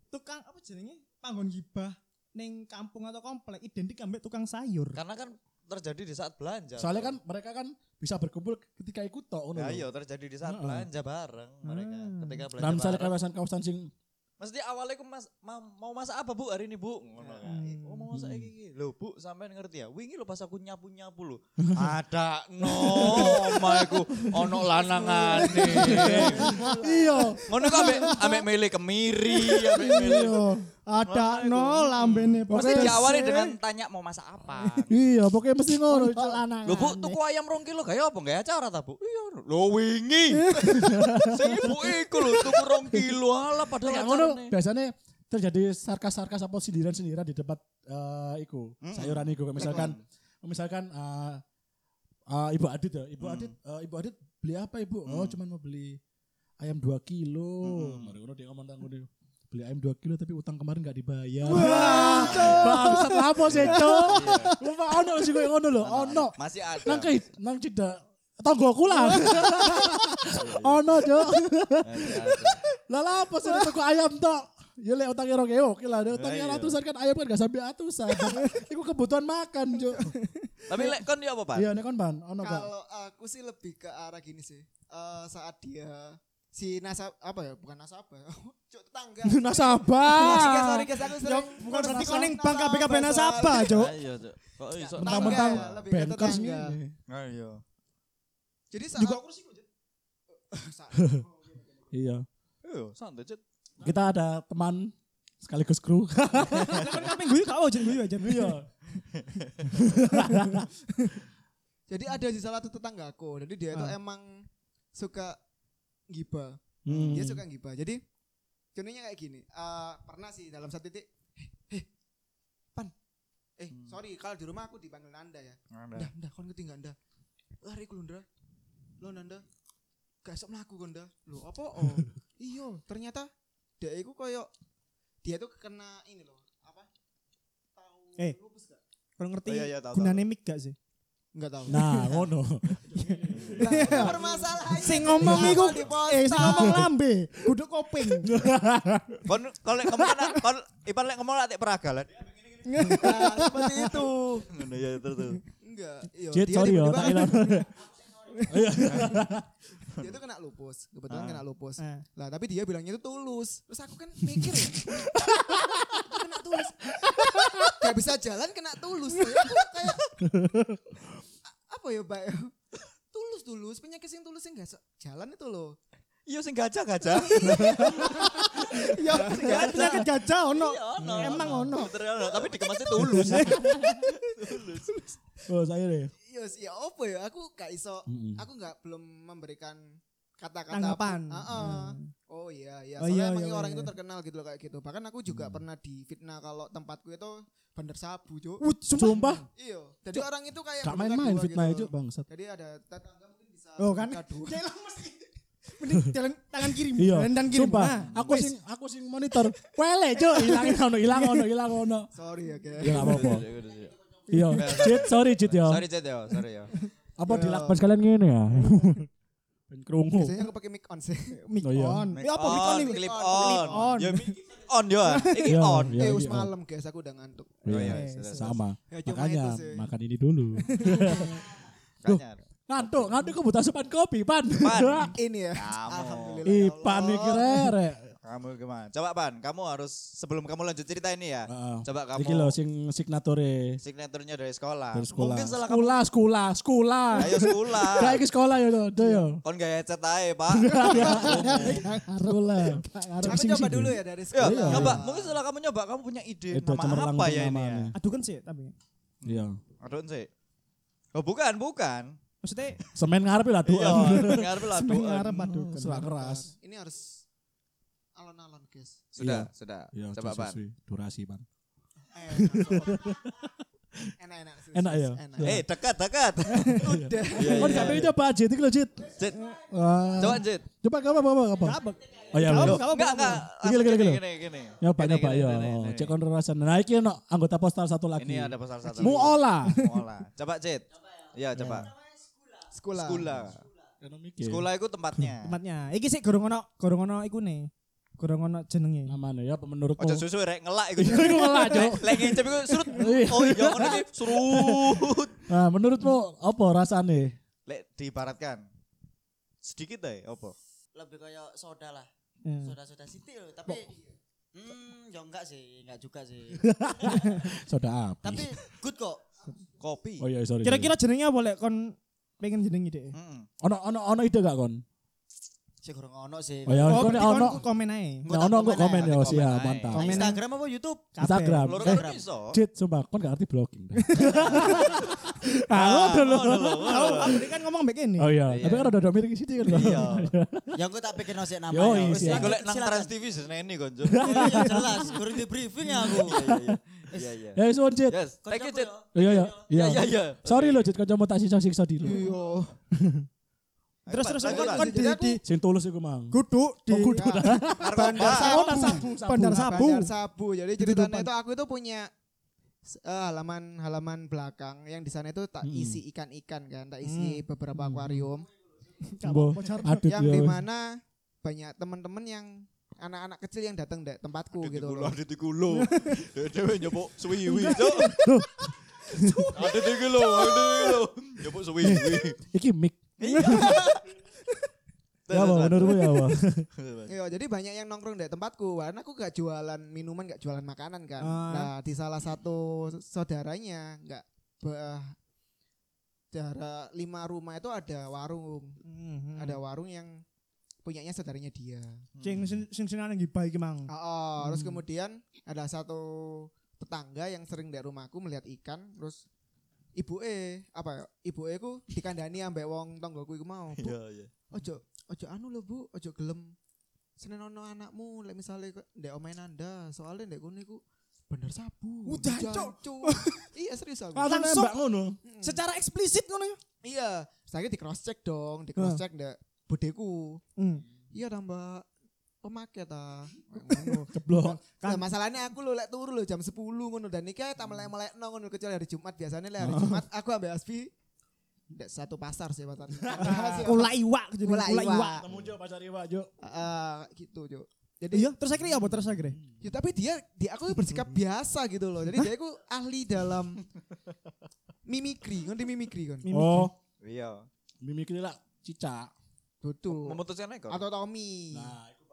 Speaker 3: tukang apa jenenge? Panggon gibah ning kampung atau komplek identik ambek tukang sayur.
Speaker 2: Karena kan terjadi di saat belanja.
Speaker 1: Soalnya kan mereka kan bisa berkumpul ketika ikut tok ngono.
Speaker 2: Ya
Speaker 1: lho.
Speaker 2: iya terjadi di saat
Speaker 1: Heeh.
Speaker 2: belanja bareng mereka. Ketika belanja
Speaker 1: Dan misalnya
Speaker 2: bareng.
Speaker 1: kawasan-kawasan sing
Speaker 2: Mesti awalnya aku mas, ma- mau masak apa bu hari ini bu? Ngono kan.
Speaker 1: Hmm.
Speaker 2: Oh mau masak iki iki. Loh bu sampean ngerti ya. Wingi lo pas aku nyapu-nyapu lo. Ada no omahku ono lanangane.
Speaker 1: iya.
Speaker 2: Ngono kok ambek ambek mele kemiri, ambek mele.
Speaker 3: Ada no
Speaker 2: Mesti
Speaker 3: lambene pokoknya
Speaker 2: diawali
Speaker 3: sih.
Speaker 2: dengan tanya mau masak apa.
Speaker 1: Iya, pokoknya mesti ngono. Cuk.
Speaker 2: Lho bu, tuku ayam rong kilo gaya apa gaya acara ta bu? Iya lho wingi. Sing ibu iku lho tuku rong kilo ala padahal
Speaker 1: Kayak Iya, ngono biasanya terjadi sarkas-sarkas apa sindiran-sindiran di debat eh, iku, sayuran iku Kayak misalkan misalkan eh, eh, Ibu Adit ya, Ibu Adit, eh, Ibu Adit beli apa Ibu? Oh, cuman mau beli ayam 2 kilo. Mari ngono dia ngomong tanggung dia. Beli ayam 2 kilo tapi utang kemarin gak dibayar. Wah, bangsat apa sih, Cok? Iya. Wah, ono sih koyo ngono lho, ono.
Speaker 2: Masih ada.
Speaker 1: nang ke nang tidak tonggoku lah ono cok
Speaker 2: Masih ada.
Speaker 1: lala apa sih toko ayam tok ya lek utangnya rong ewo lah Nek utangnya
Speaker 2: Lah iya.
Speaker 1: ratusan kan ayam kan gak sampai ratusan itu kebutuhan makan cok
Speaker 2: Tapi lek kon dia apa pak?
Speaker 1: iya nek kon ban ono gak
Speaker 4: Kalau aku sih lebih ke arah gini sih. Eh, saat dia si nasab apa ya bukan nasabah cuk tetangga Iya, Sorry, guys,
Speaker 1: nasabah
Speaker 4: sorry, guys, aku
Speaker 3: Ya,
Speaker 4: sering
Speaker 3: bukan berarti
Speaker 4: merasa
Speaker 3: kau ning bank
Speaker 4: nasabah,
Speaker 3: KBK
Speaker 4: sorry.
Speaker 3: nasabah, Cuk.
Speaker 2: Ayo Cuk. Kok iso?
Speaker 1: mentang-mentang
Speaker 4: Tetangga ya, lebih ke
Speaker 1: bankers
Speaker 4: tetangga.
Speaker 1: ini
Speaker 2: Ayo.
Speaker 4: Jadi saat
Speaker 3: Juga kursi kok, Cuk.
Speaker 1: iya
Speaker 2: Ayo santai Cuk.
Speaker 1: kita ada teman sekaligus kru
Speaker 3: Lah, Kan kampung guyu kau jeneng guyu aja.
Speaker 1: iya
Speaker 4: Jadi ada di salah satu tetanggaku. Jadi dia itu
Speaker 3: Ah.
Speaker 4: emang suka gibah.
Speaker 1: Hmm.
Speaker 4: Dia suka gibah. Jadi contohnya kayak gini. Eh, pernah sih dalam satu titik, "Eh, eh, pan, eh
Speaker 3: Hmm.
Speaker 4: sorry kalau di rumah aku dipanggil Nanda ya.
Speaker 3: Eh.
Speaker 4: Nanda, Nanda, kau ngerti nggak Nanda? Lari ku Nanda. Lo Nanda, gak esok melaku kau, Nanda. Lo apa? Oh, iyo ternyata dia itu koyok dia tuh kena ini loh apa? Tahu
Speaker 3: Eh.
Speaker 4: lupus gak?
Speaker 3: Kurang ngerti.
Speaker 2: Oh, iya, iya, tahu,
Speaker 3: Gunane mic gak sih?
Speaker 4: Nggak tahu.
Speaker 1: nah ngono
Speaker 4: Nah, permasalahannya
Speaker 3: Sing ngomong
Speaker 4: kenapa
Speaker 3: iku
Speaker 4: dipotong?
Speaker 3: eh sing ngomong lambe, kudu koping.
Speaker 2: Kon kon lek ngomong kan kon Ipan lek ngomong lek peragalan.
Speaker 4: Nah, seperti itu.
Speaker 2: Ngono ya terus. terus.
Speaker 4: Enggak, iya.
Speaker 1: Jit, sorry ya, tak
Speaker 4: tiba-tiba-
Speaker 1: ilang.
Speaker 4: dia tuh kena lupus, kebetulan kena lupus.
Speaker 3: Ah.
Speaker 4: Lah, tapi dia bilangnya itu tulus. Terus aku kan mikir ya. Itu kena tulus. Gak bisa jalan kena tulus. Ya. Aku kayak a- apa ya, Mbak? tulus tulus penyakit sing tulus sing gak iso jalan itu loh
Speaker 2: Iya sing gajah-gajah.
Speaker 1: Iya,
Speaker 3: Ya, penyakit gajah ono.
Speaker 2: Iya,
Speaker 3: Emang ono.
Speaker 2: Bener, tapi dikemasnya tulus.
Speaker 1: oh saya deh
Speaker 4: iya sih ya apa ya aku gak iso aku gak belum memberikan kata-kata
Speaker 3: Tanggapan. Hmm.
Speaker 4: Heeh. Oh iya iya.
Speaker 3: Oh,
Speaker 4: Soalnya
Speaker 3: iya,
Speaker 4: emang
Speaker 3: iya,
Speaker 4: orang
Speaker 3: iya.
Speaker 4: itu terkenal gitu loh kayak gitu. Bahkan aku juga pernah difitnah kalau tempatku itu bandar sabu, Cuk.
Speaker 3: Wut,
Speaker 1: sumpah Eh,
Speaker 4: Iya. Jadi orang itu kayak
Speaker 1: gak
Speaker 4: bermuka
Speaker 1: main-main
Speaker 4: dua
Speaker 1: fitnah
Speaker 4: gitu.
Speaker 1: itu bangsat
Speaker 4: Jadi ada tetangga mungkin bisa
Speaker 3: ya, Oh kan?
Speaker 4: bermuka dua.
Speaker 3: Jalan mesti. Mending jalan tangan kiri,
Speaker 1: Iya.
Speaker 3: dan kiri.
Speaker 1: Sumpah,
Speaker 3: Nah,
Speaker 1: aku
Speaker 3: wis.
Speaker 1: sing aku sing monitor. Wele, Cuk, ilang ono, ilang ono, ilang ono.
Speaker 4: Sorry ya, guys.
Speaker 3: Iya.
Speaker 1: Ya enggak apa-apa. Iya, Jit, sorry Jit ya.
Speaker 2: Sorry Cuk ya, sorry ya.
Speaker 1: Apa dilakban sekalian ngene ya? Iya. Ben krungu.
Speaker 4: Biasanya aku pakai mic on sih.
Speaker 3: mic
Speaker 1: Oh, iya.
Speaker 3: on. Ya apa mic on iku?
Speaker 2: clip
Speaker 4: Clip
Speaker 2: on.
Speaker 3: on.
Speaker 2: Ya mic on yo. Iki
Speaker 1: Iya,
Speaker 2: on.
Speaker 1: iya,
Speaker 4: Eh, us
Speaker 1: iya.
Speaker 4: malam, guys. Aku udah ngantuk.
Speaker 2: Oh
Speaker 1: Iya,
Speaker 2: iya,
Speaker 1: sama.
Speaker 4: Ya, cuma
Speaker 1: Makanya
Speaker 4: itu sih.
Speaker 1: makan ini dulu.
Speaker 2: Kanyar.
Speaker 1: Ngantuk, ngantuk kok buta sopan kopi, Pan.
Speaker 2: Pan.
Speaker 4: Ini ya.
Speaker 2: Kamu.
Speaker 4: Alhamdulillah. ya Allah.
Speaker 1: Ipan iki rere.
Speaker 2: Kamu gimana? Coba Pan, kamu harus sebelum kamu lanjut cerita ini ya.
Speaker 1: Heeh.
Speaker 2: Coba kamu
Speaker 1: Iki lho sing signature
Speaker 2: signaturnya dari sekolah.
Speaker 1: dari sekolah.
Speaker 2: Mungkin salah kamu.
Speaker 1: Sekolah, sekolah, sekolah.
Speaker 2: Ayo sekolah.
Speaker 1: Kayak Iya. iki sekolah ya lho, do yo.
Speaker 2: Kon gak ecet aja, Pak.
Speaker 1: Sekolah.
Speaker 4: Aku coba dulu ya
Speaker 3: Iya.
Speaker 4: dari
Speaker 2: Ya,
Speaker 4: sekolah.
Speaker 2: coba. Mungkin setelah kamu nyoba, kamu punya ide
Speaker 1: Edo
Speaker 2: nama
Speaker 1: Iya. cemerlang
Speaker 2: apa
Speaker 1: tuh
Speaker 2: ya ini ya?
Speaker 1: namanya.
Speaker 3: Aduh kan sih, tapi.
Speaker 1: Iya.
Speaker 2: Aduh, sih. Oh, bukan, bukan.
Speaker 3: Maksudnya
Speaker 1: Semen ngarep ya, lah
Speaker 2: Iya,
Speaker 1: doan.
Speaker 2: ngarep lah
Speaker 3: semen
Speaker 2: doan.
Speaker 3: ngarep aduh.
Speaker 1: Serak keras.
Speaker 4: Ini harus alon-alon guys.
Speaker 2: Sudah,
Speaker 1: Iya.
Speaker 2: sudah.
Speaker 1: Iya,
Speaker 2: Coba
Speaker 1: terus
Speaker 2: Pan.
Speaker 1: sesuai durasi pan.
Speaker 4: Eh, langsung. Enak-enak. serius,
Speaker 1: Enak ya?
Speaker 4: serius, Enak.
Speaker 1: Iya.
Speaker 2: Eh, dekat, dekat.
Speaker 4: Udah.
Speaker 1: oh, di KPI coba Jit, ini loh Jit.
Speaker 2: Jit,
Speaker 1: Wah.
Speaker 2: Iya, coba Jit.
Speaker 1: Coba apa apa apa?
Speaker 3: Gabek.
Speaker 1: Oh iya,
Speaker 3: Gabek,
Speaker 1: loh.
Speaker 3: gabek,
Speaker 2: Enggak,
Speaker 3: gabek.
Speaker 2: enggak.
Speaker 1: Gini, gini, gini.
Speaker 2: Langsung gini.
Speaker 1: Nyoba
Speaker 2: Gini,
Speaker 1: nyoba
Speaker 2: gini,
Speaker 1: yo.
Speaker 2: gini, gini.
Speaker 1: iya. Cek kontrol rasa. Nah, iki ono anggota postal satu lagi.
Speaker 2: Ini ada pasal satu.
Speaker 1: Muola.
Speaker 2: Muola. Coba Jit. Iya, coba.
Speaker 4: Sekolah.
Speaker 2: Sekolah.
Speaker 1: Iya.
Speaker 2: Sekolah itu tempatnya.
Speaker 3: Tempatnya. Iki sih gorong ono, gorong ono iku nih. Gorong ono jenenge.
Speaker 1: Namanya ya menurutmu.
Speaker 2: Ojo susu rek ngelak iku.
Speaker 1: Iya, iku ngelak, Cuk.
Speaker 2: Lek ngecep iku surut.
Speaker 1: Iya.
Speaker 2: Oh iya ngono iki surut.
Speaker 1: Nah, menurutmu apa rasane?
Speaker 2: Lek diibaratkan sedikit ae apa?
Speaker 5: lebih kayak soda lah
Speaker 3: Eh.
Speaker 5: soda soda sitil tapi hmm ya enggak sih enggak juga sih
Speaker 1: Soda api.
Speaker 5: tapi good kok
Speaker 2: Kopi.
Speaker 1: Oh iya, sorry.
Speaker 3: Kira-kira jenenge apa lek kon pengen jenengi deh.
Speaker 2: Mm-mm.
Speaker 1: sorry. ono ono ono ide gak kon?
Speaker 5: sih kurang ono sih
Speaker 1: Oh ya,
Speaker 3: Oh,
Speaker 1: kon
Speaker 3: berarti
Speaker 1: ono.
Speaker 3: kon komen ae.
Speaker 5: Engko
Speaker 1: Nah,
Speaker 5: tak
Speaker 1: ono kok komen
Speaker 5: ae.
Speaker 1: ya,
Speaker 2: Nanti
Speaker 1: siap,
Speaker 2: komen ae.
Speaker 1: mantap.
Speaker 3: Komen.
Speaker 5: Instagram apa YouTube
Speaker 3: Kabeh.
Speaker 1: Instagram.
Speaker 2: Loro
Speaker 1: Eh,
Speaker 2: kan iso.
Speaker 1: Cit, sumpah, kon gak ngerti blocking. Ah, ngono lho.
Speaker 3: Tahu, aku ini kan ngomong mbek ini.
Speaker 1: Oh iya,
Speaker 2: Iya.
Speaker 1: tapi kan udah miring sithik kan.
Speaker 2: Iya.
Speaker 5: ya aku tak pikir nosik nama
Speaker 1: Yo,
Speaker 5: ya.
Speaker 1: iya, siap.
Speaker 2: Iku
Speaker 5: Wes, silakan,
Speaker 2: lek nang
Speaker 5: silakan.
Speaker 2: Trans TV seneni konco.
Speaker 5: Oh, iya, jelas kurang di briefing ya aku ya?
Speaker 2: Iya, iya.
Speaker 1: Ya wis, Cit.
Speaker 2: Yes. Thank you, Cit.
Speaker 1: Iya iya. Iya
Speaker 2: Iya, iya.
Speaker 1: Sorry loh, Jit, kancamu tak siksa-siksa dulu.
Speaker 4: Iya.
Speaker 3: Terus terus
Speaker 2: Lanjut,
Speaker 3: kon
Speaker 2: Lan.
Speaker 3: kon di di
Speaker 1: Sing tulus iku, Mang.
Speaker 3: kudu di
Speaker 1: Oh, kudu.
Speaker 2: Ah,
Speaker 4: Bandar
Speaker 1: Oh,
Speaker 4: sabu.
Speaker 1: nak sabu, sabu.
Speaker 3: Bandar Sabu.
Speaker 4: Bandar sabu. Jadi
Speaker 3: Di
Speaker 4: ceritanya
Speaker 3: depan.
Speaker 4: itu aku itu punya s- eh, halaman halaman belakang yang di sana itu tak
Speaker 1: Mm-mm.
Speaker 4: isi ikan-ikan kan, tak isi beberapa
Speaker 1: Mm.
Speaker 4: akuarium
Speaker 1: Mbah, Adut
Speaker 4: yang
Speaker 1: ya,
Speaker 4: di
Speaker 1: wis.
Speaker 4: mana banyak teman-teman yang anak-anak kecil yang datang dek tempatku
Speaker 2: Ada di
Speaker 4: gitu
Speaker 2: kulo,
Speaker 4: loh.
Speaker 2: ada di kulo. Dewe nyopok Ah, suwi-wi, Cuk. Ada di kulo, ada di kulo. Nyopok suwi-wi.
Speaker 1: Iki mic.
Speaker 2: Iya.
Speaker 1: Ya, Bang, menurutmu ya, Bang.
Speaker 4: Iya, jadi banyak yang nongkrong di tempatku. Karena aku gak jualan minuman, gak jualan makanan kan.
Speaker 3: Ah.
Speaker 4: Nah, di salah satu saudaranya gak bah, jarak lima rumah itu ada warung,
Speaker 3: Mhm. Hmm.
Speaker 4: ada warung yang punyanya saudaranya dia.
Speaker 3: Sing sing- sing sinane iki baik mang.
Speaker 4: Oh, terus kemudian ada satu tetangga yang sering dari rumahku melihat ikan, terus ibu e apa ya, ibu e ku dikandani ambek wong tonggoku iku mau bu
Speaker 2: Iya, iya.
Speaker 4: ojo ojo anu lho bu ojo gelem senenono anakmu lek misale kok ndek omahe nanda soalnya ndek kono iku bener sabu
Speaker 3: Udah,
Speaker 4: Jancuk. iya serius aku
Speaker 3: Langsung.
Speaker 1: Mbak ngono.
Speaker 3: Secara eksplisit ngono ya.
Speaker 4: iya saya di cross check dong di cross check ndek budeku iya ta mbak pemakai ta
Speaker 1: Oh,
Speaker 4: Ngono.
Speaker 1: Ceblok.
Speaker 3: Kan.
Speaker 4: Nah, masalahnya aku lho lek turu lho jam 10 ngono dan iki
Speaker 3: Hmm.
Speaker 4: tak melek-melek ngono kecuali hari Jumat biasanya lek hari
Speaker 3: Oh.
Speaker 4: Jumat aku ambek Asfi ndek satu pasar sih pasar.
Speaker 3: Kula iwak jadi
Speaker 4: Kula
Speaker 3: kula
Speaker 4: iwak.
Speaker 3: iwak.
Speaker 1: Temu jo pacar iwak jo.
Speaker 4: Eh, gitu, Cuk. Jadi
Speaker 3: Iya, terus akhirnya apa terus akhirnya?
Speaker 4: Ya, tapi dia dia aku bersikap biasa gitu loh. Jadi dia aku ahli dalam mimikri, ngerti mimikri kan?
Speaker 3: Mimik.
Speaker 1: Oh,
Speaker 2: Iya.
Speaker 1: mimik ini lah cicak.
Speaker 4: Tutu.
Speaker 2: Memutuskan ae kok.
Speaker 4: Atau Tommy.
Speaker 1: Nah, iku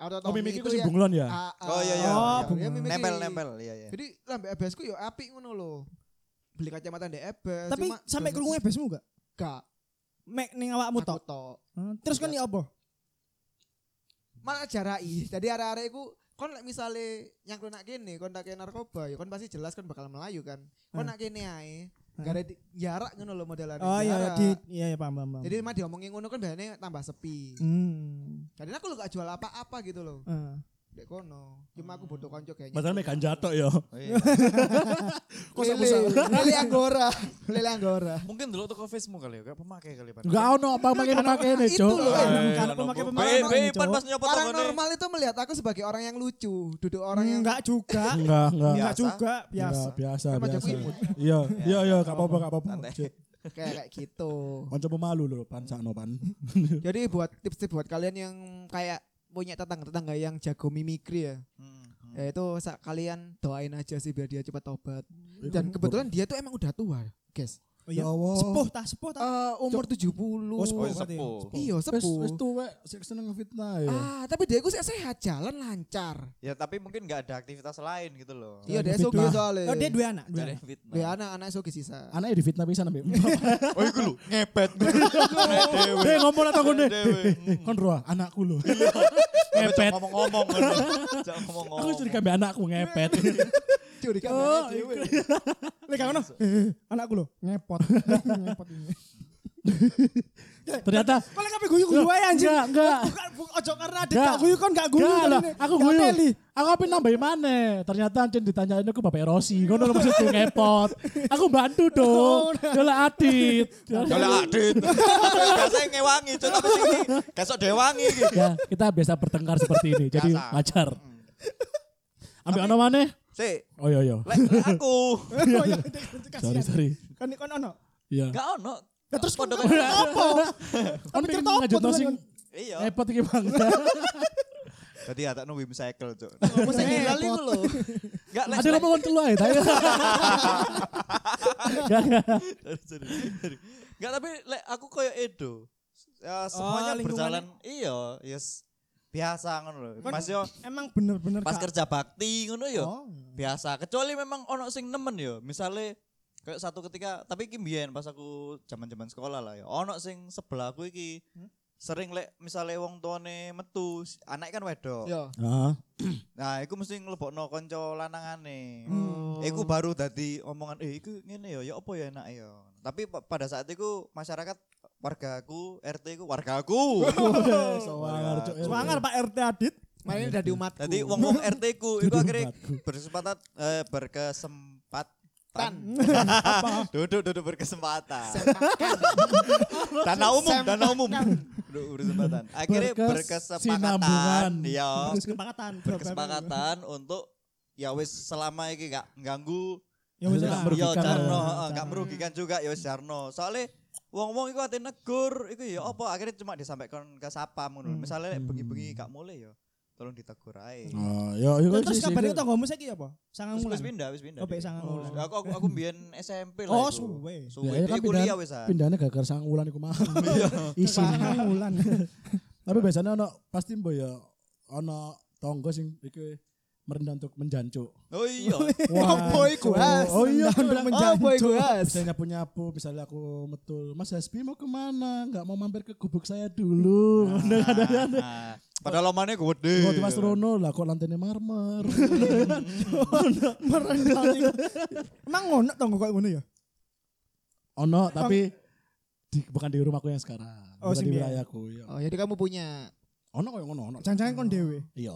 Speaker 4: Atau
Speaker 1: Oh,
Speaker 4: Tommy
Speaker 1: mimik
Speaker 4: Iya. itu
Speaker 1: iku sing
Speaker 4: ya.
Speaker 1: bunglon ya.
Speaker 4: Ah, ah.
Speaker 2: Oh, iya, iya.
Speaker 3: Oh,
Speaker 4: Dia
Speaker 3: bunglon.
Speaker 4: mimikri.
Speaker 2: Nempel-nempel, iya, iya.
Speaker 4: Jadi lambe ebesku yo apik ngono loh. Beli kacamata ndek ebes.
Speaker 3: Tapi
Speaker 4: cuma
Speaker 3: sampai
Speaker 4: dosis-
Speaker 3: kerungu ebesmu gak?
Speaker 4: gak
Speaker 3: Mek ning awakmu
Speaker 4: aku
Speaker 3: tok.
Speaker 4: tok.
Speaker 3: Hmm, Terus kan ya apa?
Speaker 4: Malah jarai. Jadi arek-arek iku kon lek misale nyangklunak kene kon tak kei narkoba ya kon pasti jelas kon bakal melayu kan. Kon nak kene ae. Gak ada di- jarak ngono loh modelane.
Speaker 3: Hmm. Oh iya
Speaker 4: jarak.
Speaker 3: di iya iya paham paham. paham.
Speaker 4: Jadi emang diomongin ngono kan biasanya tambah sepi.
Speaker 3: Hmm.
Speaker 4: Kadang aku lu gak jual apa-apa gitu loh.
Speaker 3: Eh.
Speaker 4: Dek kono. Cuma aku bodoh konco kayaknya.
Speaker 1: Bahasane mek ganja tok yo.
Speaker 2: Iya.
Speaker 1: Kok sama-sama.
Speaker 4: Lele Anggora. Lele Anggora.
Speaker 2: Mungkin dulu toko Facebook kali ya, kayak pemakai kali Pan.
Speaker 1: Enggak ono apa makin makin ini,
Speaker 4: Itu
Speaker 1: Jo.
Speaker 4: loh,
Speaker 2: Eh,
Speaker 3: Emang kan
Speaker 2: ono,
Speaker 3: pemakai
Speaker 2: Bu.
Speaker 3: pemakai
Speaker 2: Eh,
Speaker 3: orang
Speaker 2: Be,
Speaker 3: ini,
Speaker 2: Pan
Speaker 3: Cuk.
Speaker 2: pas nyopot
Speaker 4: Orang
Speaker 2: tokone.
Speaker 4: normal itu melihat aku sebagai orang yang lucu. Duduk orang yang
Speaker 3: Enggak juga.
Speaker 1: Enggak, enggak.
Speaker 3: Enggak
Speaker 2: Biasa.
Speaker 3: juga, biasa.
Speaker 1: Biasa, Iya, biasa,
Speaker 4: Kan
Speaker 1: biasa.
Speaker 4: pajak imut.
Speaker 1: Iya, iya, iya, gak apa-apa, gak apa-apa.
Speaker 2: Santai.
Speaker 1: Cit.
Speaker 4: kayak kayak gitu.
Speaker 1: Konco pemalu lho, pan sakno pan.
Speaker 4: Jadi buat tips-tips buat kalian yang kayak punya tetangga-tetangga yang jago mimikri ya.
Speaker 2: Hmm, hmm.
Speaker 4: Ya itu sa- kalian doain aja sih biar dia cepat tobat.
Speaker 1: kan
Speaker 4: Dan kebetulan dia tuh emang udah tua, guys.
Speaker 3: Oh iya.
Speaker 1: Ya Allah. Oh,
Speaker 3: Sepuh ta, sepuh ta.
Speaker 4: Eh, umur 70.
Speaker 3: Oh, sepuh.
Speaker 2: Oh, iya,
Speaker 3: berarti.
Speaker 2: sepuh.
Speaker 4: Iya,
Speaker 1: Wis wis
Speaker 4: sepuh.
Speaker 1: tuwek sik seneng fitnah ya.
Speaker 4: Ah, tapi dia gue sehat jalan lancar.
Speaker 2: Ya tapi mungkin nggak ada aktivitas lain gitu loh.
Speaker 4: Iya, dia
Speaker 1: lebih
Speaker 4: SOG
Speaker 1: tua.
Speaker 4: soalnya.
Speaker 3: Oh dia dua anak, dua
Speaker 2: Jadi
Speaker 3: anak.
Speaker 2: fitnah.
Speaker 4: Dia anak-anak SOG sisa.
Speaker 1: Anaknya di fitnah pisan ambek.
Speaker 2: Oh iku lho, ngepet. Nek dhewe.
Speaker 1: Dek Eh, ngomong lah tanggone.
Speaker 2: Nek dhewe.
Speaker 1: Kon roa anakku lho.
Speaker 2: Ngepet.
Speaker 1: Ngepet.
Speaker 2: Ngomong-ngomong. ngono. Cok ngomong-ngomong.
Speaker 1: Aku curiga ambek anakku ngepet.
Speaker 4: Curiga
Speaker 1: Oh,
Speaker 2: iya.
Speaker 4: anaknya dhewe.
Speaker 3: Lek gak ngono. Anakku lho, ngepot. Ngepot ini.
Speaker 1: Ternyata
Speaker 3: Kalau nggak guyu guyu
Speaker 1: Loh,
Speaker 3: aja anjing.
Speaker 1: enggak, enggak.
Speaker 3: Bukan bu- ojo karena adik
Speaker 1: Enggak.
Speaker 3: gak guyu kan gak guyu.
Speaker 1: Enggak
Speaker 3: kan
Speaker 1: lah,
Speaker 3: ini.
Speaker 1: aku
Speaker 3: Gak
Speaker 1: guyu.
Speaker 3: teli.
Speaker 1: Aku apa nambahin mana? Ternyata Ancin ditanyain aku bapak Erosi. Ngono lho maksudku ngepot. Aku bantu dong. Yola Adit.
Speaker 2: Kalau Ya, adit. Biasanya ngewangi, cok tapi sini kesok dewangi iki.
Speaker 1: ya, kita biasa bertengkar seperti ini. Jadi
Speaker 2: Biasa.
Speaker 1: wajar.
Speaker 3: Hmm.
Speaker 1: Ambil ono mana?
Speaker 2: Sik,
Speaker 1: Oh iya iya.
Speaker 2: lek lek aku.
Speaker 3: Oh, iya, dek, kasihan.
Speaker 1: Sorry sorry.
Speaker 3: Kan kan ono.
Speaker 1: Iya.
Speaker 2: Enggak ono.
Speaker 3: Ya terus
Speaker 2: Podo
Speaker 3: kan-
Speaker 2: kayak-
Speaker 3: apa? Kan
Speaker 1: pengen
Speaker 3: cerita apa
Speaker 1: ngajut
Speaker 3: tuh,
Speaker 1: nosing
Speaker 3: kan?
Speaker 2: Iya.
Speaker 1: ngepot iki Bang.
Speaker 2: Tadi atakno Wim Cycle, cok.
Speaker 3: Ngomong saya
Speaker 4: Iya,
Speaker 1: Eh,
Speaker 5: Ngepot.
Speaker 3: lali ku lho.
Speaker 2: Enggak lek.
Speaker 1: Ada lo mau kelu ae. Tapi Enggak, enggak.
Speaker 2: Sorry, sorry, sorry. Enggak tapi lek aku koyo Edo. Ya,
Speaker 3: Oh,
Speaker 2: semuanya
Speaker 3: lingkungannya.
Speaker 2: berjalan iya, yes. Biasa ngono lho.
Speaker 3: Kan
Speaker 2: Mas yo
Speaker 3: Emang bener-bener
Speaker 2: pas
Speaker 3: gak-
Speaker 2: kerja bakti ngono yo.
Speaker 3: Oh.
Speaker 2: biasa kecuali memang ono sing nemen ya misalnya kayak satu ketika tapi iki mbiyen pas aku zaman-zaman sekolah lah ya ono sing sebelah aku iki
Speaker 3: Hmm?
Speaker 2: sering lek misalnya wong tuane metu si- anak kan wedok
Speaker 3: Yo.
Speaker 1: Heeh.
Speaker 2: nah iku mesti nglebokno kanca lanangane
Speaker 3: Hmm.
Speaker 2: iku baru dadi omongan eh iku ngene ya ya apa ya enak ya tapi pa- pada saat itu masyarakat warga aku RT ku warga aku
Speaker 1: Sewangar cuk.
Speaker 3: Semangat Pak RT Adit.
Speaker 4: Main ini dari umatku.
Speaker 2: Tadi wong-wong RT ku itu
Speaker 1: Duduk
Speaker 2: akhirnya
Speaker 1: tempatku.
Speaker 2: berkesempatan eh, berkesempatan. duduk duduk berkesempatan. Tanah umum, tanah umum. Duduk berkesempatan. Akhirnya
Speaker 1: Berkes- sinambungan.
Speaker 2: berkesepakatan. Iya.
Speaker 3: Kesepakatan.
Speaker 2: Berkesepakatan untuk ya wis selama iki gak ganggu
Speaker 3: Ya wis
Speaker 1: Nggak
Speaker 3: lah.
Speaker 1: merugi.
Speaker 2: ya
Speaker 1: merugikan
Speaker 2: Jarno,
Speaker 1: lah.
Speaker 2: heeh, gak merugikan juga ya wis Jarno. Soalnya wong-wong iku ate negur iku ya apa akhirnya cuma disampaikan ke sapam ngono. Misalnya bengi-bengi gak mulai ya tolong ditegur ae.
Speaker 1: Oh, yo
Speaker 3: Ya,
Speaker 1: iku
Speaker 3: Terus
Speaker 1: sih, sih,
Speaker 3: kabarnya
Speaker 1: iku.
Speaker 3: tanggamu saiki iya apa? Sangang
Speaker 2: Wis-
Speaker 3: wulan.
Speaker 2: Wis pindah, wis pindah.
Speaker 3: Oh, baik, sangat
Speaker 2: Oh,
Speaker 3: ulang.
Speaker 2: Aku aku aku mbiyen SMP lah.
Speaker 3: Oh,
Speaker 2: iku.
Speaker 3: suwe.
Speaker 2: Suwe.
Speaker 1: Ya, ya,
Speaker 2: Dia
Speaker 1: kan
Speaker 2: kuliah
Speaker 1: pindahan-
Speaker 2: wis. ah.
Speaker 1: Pindahane gara-gara sang wulan iku mang. Isin.
Speaker 3: Sangang wulan.
Speaker 1: Tapi biasanya ono pasti mbok ya ono tonggo sing iki merendah untuk menjancuk.
Speaker 2: Oh iya.
Speaker 1: Wah,
Speaker 4: iku,
Speaker 1: cuk.
Speaker 4: Has?
Speaker 1: Oh iya,
Speaker 3: Merendah untuk
Speaker 1: cuk.
Speaker 3: menjancuk.
Speaker 1: Apa iku,
Speaker 4: Has?
Speaker 1: Saya nyapu-nyapu, misalnya aku metul, Mas Hasbi mau kemana? Nggak mau mampir ke gubuk saya dulu.
Speaker 3: Ah,
Speaker 1: Nah, ada ada.
Speaker 2: Nah, Padahal lomane gede.
Speaker 3: iya.
Speaker 1: Kok di Mas Rono lah, kok lantainya marmer.
Speaker 3: Merendah. Emang ngono tanggo kok ngono ya?
Speaker 1: ono, tapi di, bukan di rumahku yang sekarang.
Speaker 3: Oh,
Speaker 1: bukan di
Speaker 3: sini ya.
Speaker 1: wilayahku. Iya.
Speaker 4: Oh, jadi kamu punya.
Speaker 1: Ono kok yang ono, ono.
Speaker 3: Jangan-jangan kon dhewe.
Speaker 1: Iya.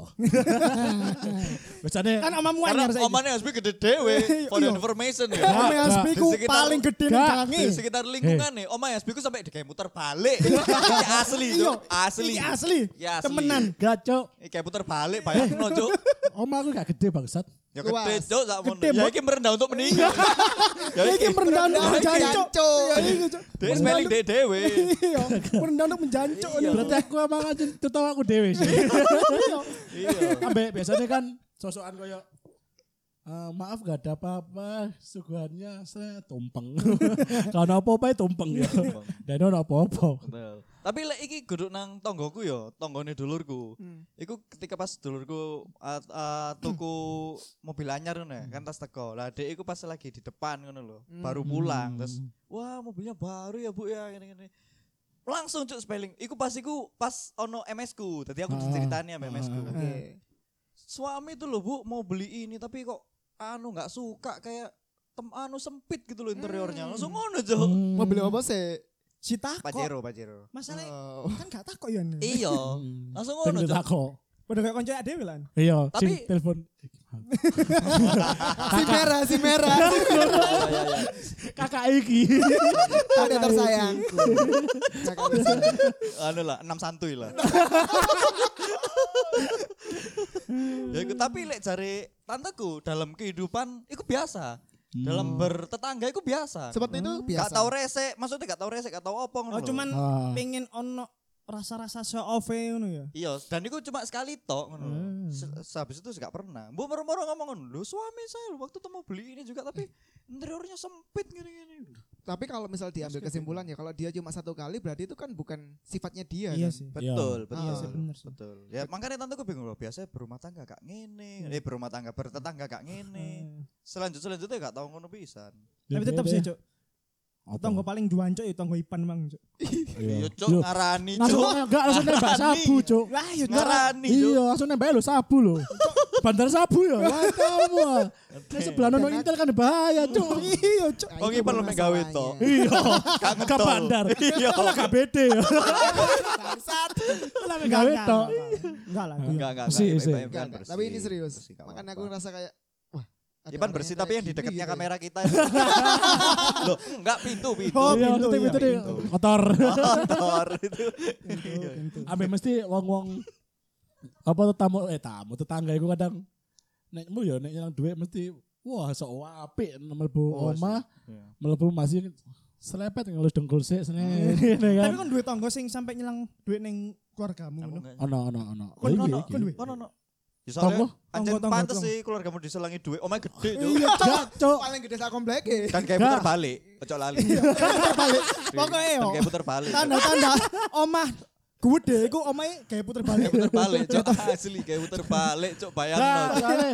Speaker 1: Biasanya
Speaker 3: Kan omamu
Speaker 2: Karena
Speaker 3: anyar saiki.
Speaker 2: omane Hasbi gede dewe. For the
Speaker 3: Iya.
Speaker 2: information
Speaker 1: Nah,
Speaker 2: ya.
Speaker 3: Ome Hasbi
Speaker 2: di
Speaker 3: ku
Speaker 2: sekitar-
Speaker 3: paling gede
Speaker 1: Gak.
Speaker 3: nang jange.
Speaker 2: Di sekitar lingkungan nih, Oma Hasbi ku sampai kayak muter balik. Iki asli, Cuk. Asli.
Speaker 3: Iki Iya. asli.
Speaker 2: Iki asli.
Speaker 3: Temenan.
Speaker 1: gak, Cuk.
Speaker 2: Iki kayak puter balik bayangno, Cuk.
Speaker 1: Oma aku gak gede bangsat.
Speaker 2: Ya gede,
Speaker 4: Luas.
Speaker 2: Cuk, sakmono.
Speaker 3: Gede,
Speaker 2: Ya
Speaker 3: Bro.
Speaker 2: iki merendah untuk meninggal. Ya
Speaker 3: Ya iki merendah untuk
Speaker 4: Nah,
Speaker 2: merendah.
Speaker 3: menjancuk.
Speaker 4: Jancuk.
Speaker 2: Iya,
Speaker 3: Ya iki, Cuk.
Speaker 2: Dek spelling dek dewe.
Speaker 3: Iya, merendah untuk menjancuk.
Speaker 2: Iya.
Speaker 1: Berarti aku emang aja tau aku dewe sih.
Speaker 2: Iya.
Speaker 1: Ambek biasanya kan sosokan koyo "Eh, maaf gak ada apa-apa suguhannya saya tumpeng karena apa-apa ya tumpeng ya dan ono apa-apa
Speaker 2: Betul. Tapi lek iki guduk nang tonggoku ya, tonggone dulurku. Iku ketika pas dulurku uh, uh, tuku mobil anyar ngono ya, kan tas teko. Lah dek iku pas lagi di depan ngono lho, baru pulang terus
Speaker 1: Hmm.
Speaker 2: wah mobilnya baru ya Bu ya ngene-ngene. Langsung cuk spelling. Iku pas iku pas ono MS ku. Tadi aku
Speaker 1: Ah.
Speaker 2: diceritani sama MS ku.
Speaker 1: Ah.
Speaker 4: Oke.
Speaker 2: Suami tuh lho Bu mau beli ini tapi kok anu nggak suka kayak tem anu sempit gitu loh interiornya. Langsung ngono cuk.
Speaker 1: Hmm.
Speaker 4: Mau beli apa sih?
Speaker 3: Si takok.
Speaker 2: Pajero, Pajero.
Speaker 3: Masalahnya
Speaker 4: Oh.
Speaker 3: kan gak takok ya. Nen.
Speaker 2: Iya.
Speaker 1: Hmm.
Speaker 2: Langsung ngono
Speaker 1: Tengok
Speaker 2: cuk.
Speaker 1: aku.
Speaker 3: Padahal kayak konco dhewe lan.
Speaker 1: Iya,
Speaker 2: Tapi-
Speaker 1: sing telepon.
Speaker 4: Si merah, si merah.
Speaker 1: Kakak iki.
Speaker 4: Kakak tersayangku. Kakak tersayang.
Speaker 2: anu lah enam santuy lah ya, iku- tapi lek jare tanteku dalam kehidupan itu biasa
Speaker 1: Hmm.
Speaker 3: Hmm.
Speaker 2: dalam bertetangga itu biasa
Speaker 4: Seperti itu
Speaker 2: gak
Speaker 4: biasa.
Speaker 2: tau resek maksudnya gak tau resek gak tau apa ngono
Speaker 3: Oh
Speaker 2: lho.
Speaker 3: cuman
Speaker 1: Ah.
Speaker 3: pengen ono rasa-rasa show off ngono ya.
Speaker 2: iya dan itu cuma sekali tok ngono lho.
Speaker 3: Hmm.
Speaker 2: Se- sehabis itu gak pernah bu moro-moro ngomong ngono, lho suami saya lho, waktu itu mau beli ini juga tapi interiornya sempit gini-gini
Speaker 4: Tapi kalau misal diambil kesimpulan ya, kalau dia cuma satu kali berarti itu kan bukan sifatnya dia.
Speaker 3: Iya
Speaker 4: kan?
Speaker 3: sih.
Speaker 2: betul betul
Speaker 4: Iya sih,
Speaker 3: bener sih.
Speaker 2: betul ya makanya tante gue bingung loh biasanya berumah tangga gak
Speaker 3: Hmm.
Speaker 2: ngene eh berumah tangga bertetangga gak
Speaker 1: Iya.
Speaker 2: ngene selanjut selanjutnya gak tahu ngono pisan
Speaker 1: Gitu
Speaker 3: Tapi tetep sih, Cuk.
Speaker 1: ya? Apa?
Speaker 3: Tonggo paling duancuk ya tonggo Ipan mang, Cuk.
Speaker 1: Iya.
Speaker 2: yo cok
Speaker 1: Yo,
Speaker 2: ngarani
Speaker 1: Langsung
Speaker 2: cok
Speaker 1: enggak langsung nembak
Speaker 2: Ngarani.
Speaker 1: sabu, Cuk.
Speaker 3: Lah yo
Speaker 2: ngarani cok
Speaker 1: Iya, langsung nembak lo sabu lo. Bandar sabu ya. Wah, kamu. ah. Nek sebelah nono
Speaker 4: Dan-
Speaker 1: Intel kan bahaya, cuk.
Speaker 3: Iya, Cuk.
Speaker 4: Nah,
Speaker 2: Oh,
Speaker 4: itu
Speaker 2: ngipar lu mek gawe to.
Speaker 4: permasalahannya.
Speaker 1: Iya.
Speaker 2: Gak
Speaker 1: Ke
Speaker 2: ngetol.
Speaker 1: bandar.
Speaker 2: Iya.
Speaker 1: Kalau gak beda ya.
Speaker 4: Bangsat.
Speaker 1: Lah mek gawe
Speaker 3: Enggak,
Speaker 1: tok.
Speaker 3: enggak, enggak. Enggak lah. enggak.
Speaker 2: Enggak, enggak,
Speaker 1: Bersih,
Speaker 2: enggak,
Speaker 1: bersih.
Speaker 2: baik-baik,
Speaker 4: Enggak, enggak.
Speaker 2: bersih.
Speaker 4: Tapi ini serius.
Speaker 2: Bersih, gak apa-apa.
Speaker 4: Makanya aku ngerasa kayak wah. ada
Speaker 2: Ipan
Speaker 4: orang
Speaker 2: bersih
Speaker 4: yang
Speaker 2: tapi yang
Speaker 4: kayak
Speaker 2: di
Speaker 4: gini
Speaker 2: dekatnya
Speaker 4: gitu ya.
Speaker 2: kamera kita. Loh, enggak pintu, pintu.
Speaker 3: Oh,
Speaker 1: Iya,
Speaker 3: pintu,
Speaker 1: itu
Speaker 3: iya,
Speaker 1: itu deh.
Speaker 2: pintu.
Speaker 1: Kotor.
Speaker 2: Kotor itu. Iya.
Speaker 3: gitu.
Speaker 1: Ambe mesti wong-wong apa tuh tamu eh tamu tetangga iku kadang nek mu ya nek nyelang duit mesti wah sok apik mlebu omah
Speaker 2: Iya.
Speaker 1: mlebu masih selepet ngelus dengkul sik senen kan.
Speaker 3: Tapi kan duit tangga sing sampai nyilang duit ning
Speaker 2: Aku
Speaker 3: keluargamu ngono.
Speaker 2: enggak.
Speaker 1: Ono ono ono.
Speaker 3: Kon
Speaker 1: Oh, iya,
Speaker 3: ono,
Speaker 1: iya.
Speaker 3: kon duit.
Speaker 2: Ono ono. Ya
Speaker 1: Tonggo.
Speaker 2: soalnya anjen
Speaker 3: Tonggo, tonggo,
Speaker 2: pantes
Speaker 3: tonggo.
Speaker 2: sih keluargamu diselangi duit. Omae gede tuh.
Speaker 1: Iya, Cok, Cok.
Speaker 4: Paling gede sak
Speaker 3: e?
Speaker 4: kompleke.
Speaker 2: Dan kayak
Speaker 1: Enggak.
Speaker 2: putar balik, kocok lali.
Speaker 1: Iya,
Speaker 3: Pokoknya
Speaker 2: Dan
Speaker 3: yo.
Speaker 2: kayak putar balik.
Speaker 3: Tanda-tanda omah gede iku omahe kayak puter balik.
Speaker 2: Kayak putar balik, cok asli kayak putar balik, cok
Speaker 1: Nah,
Speaker 2: bayangno.
Speaker 1: soalnya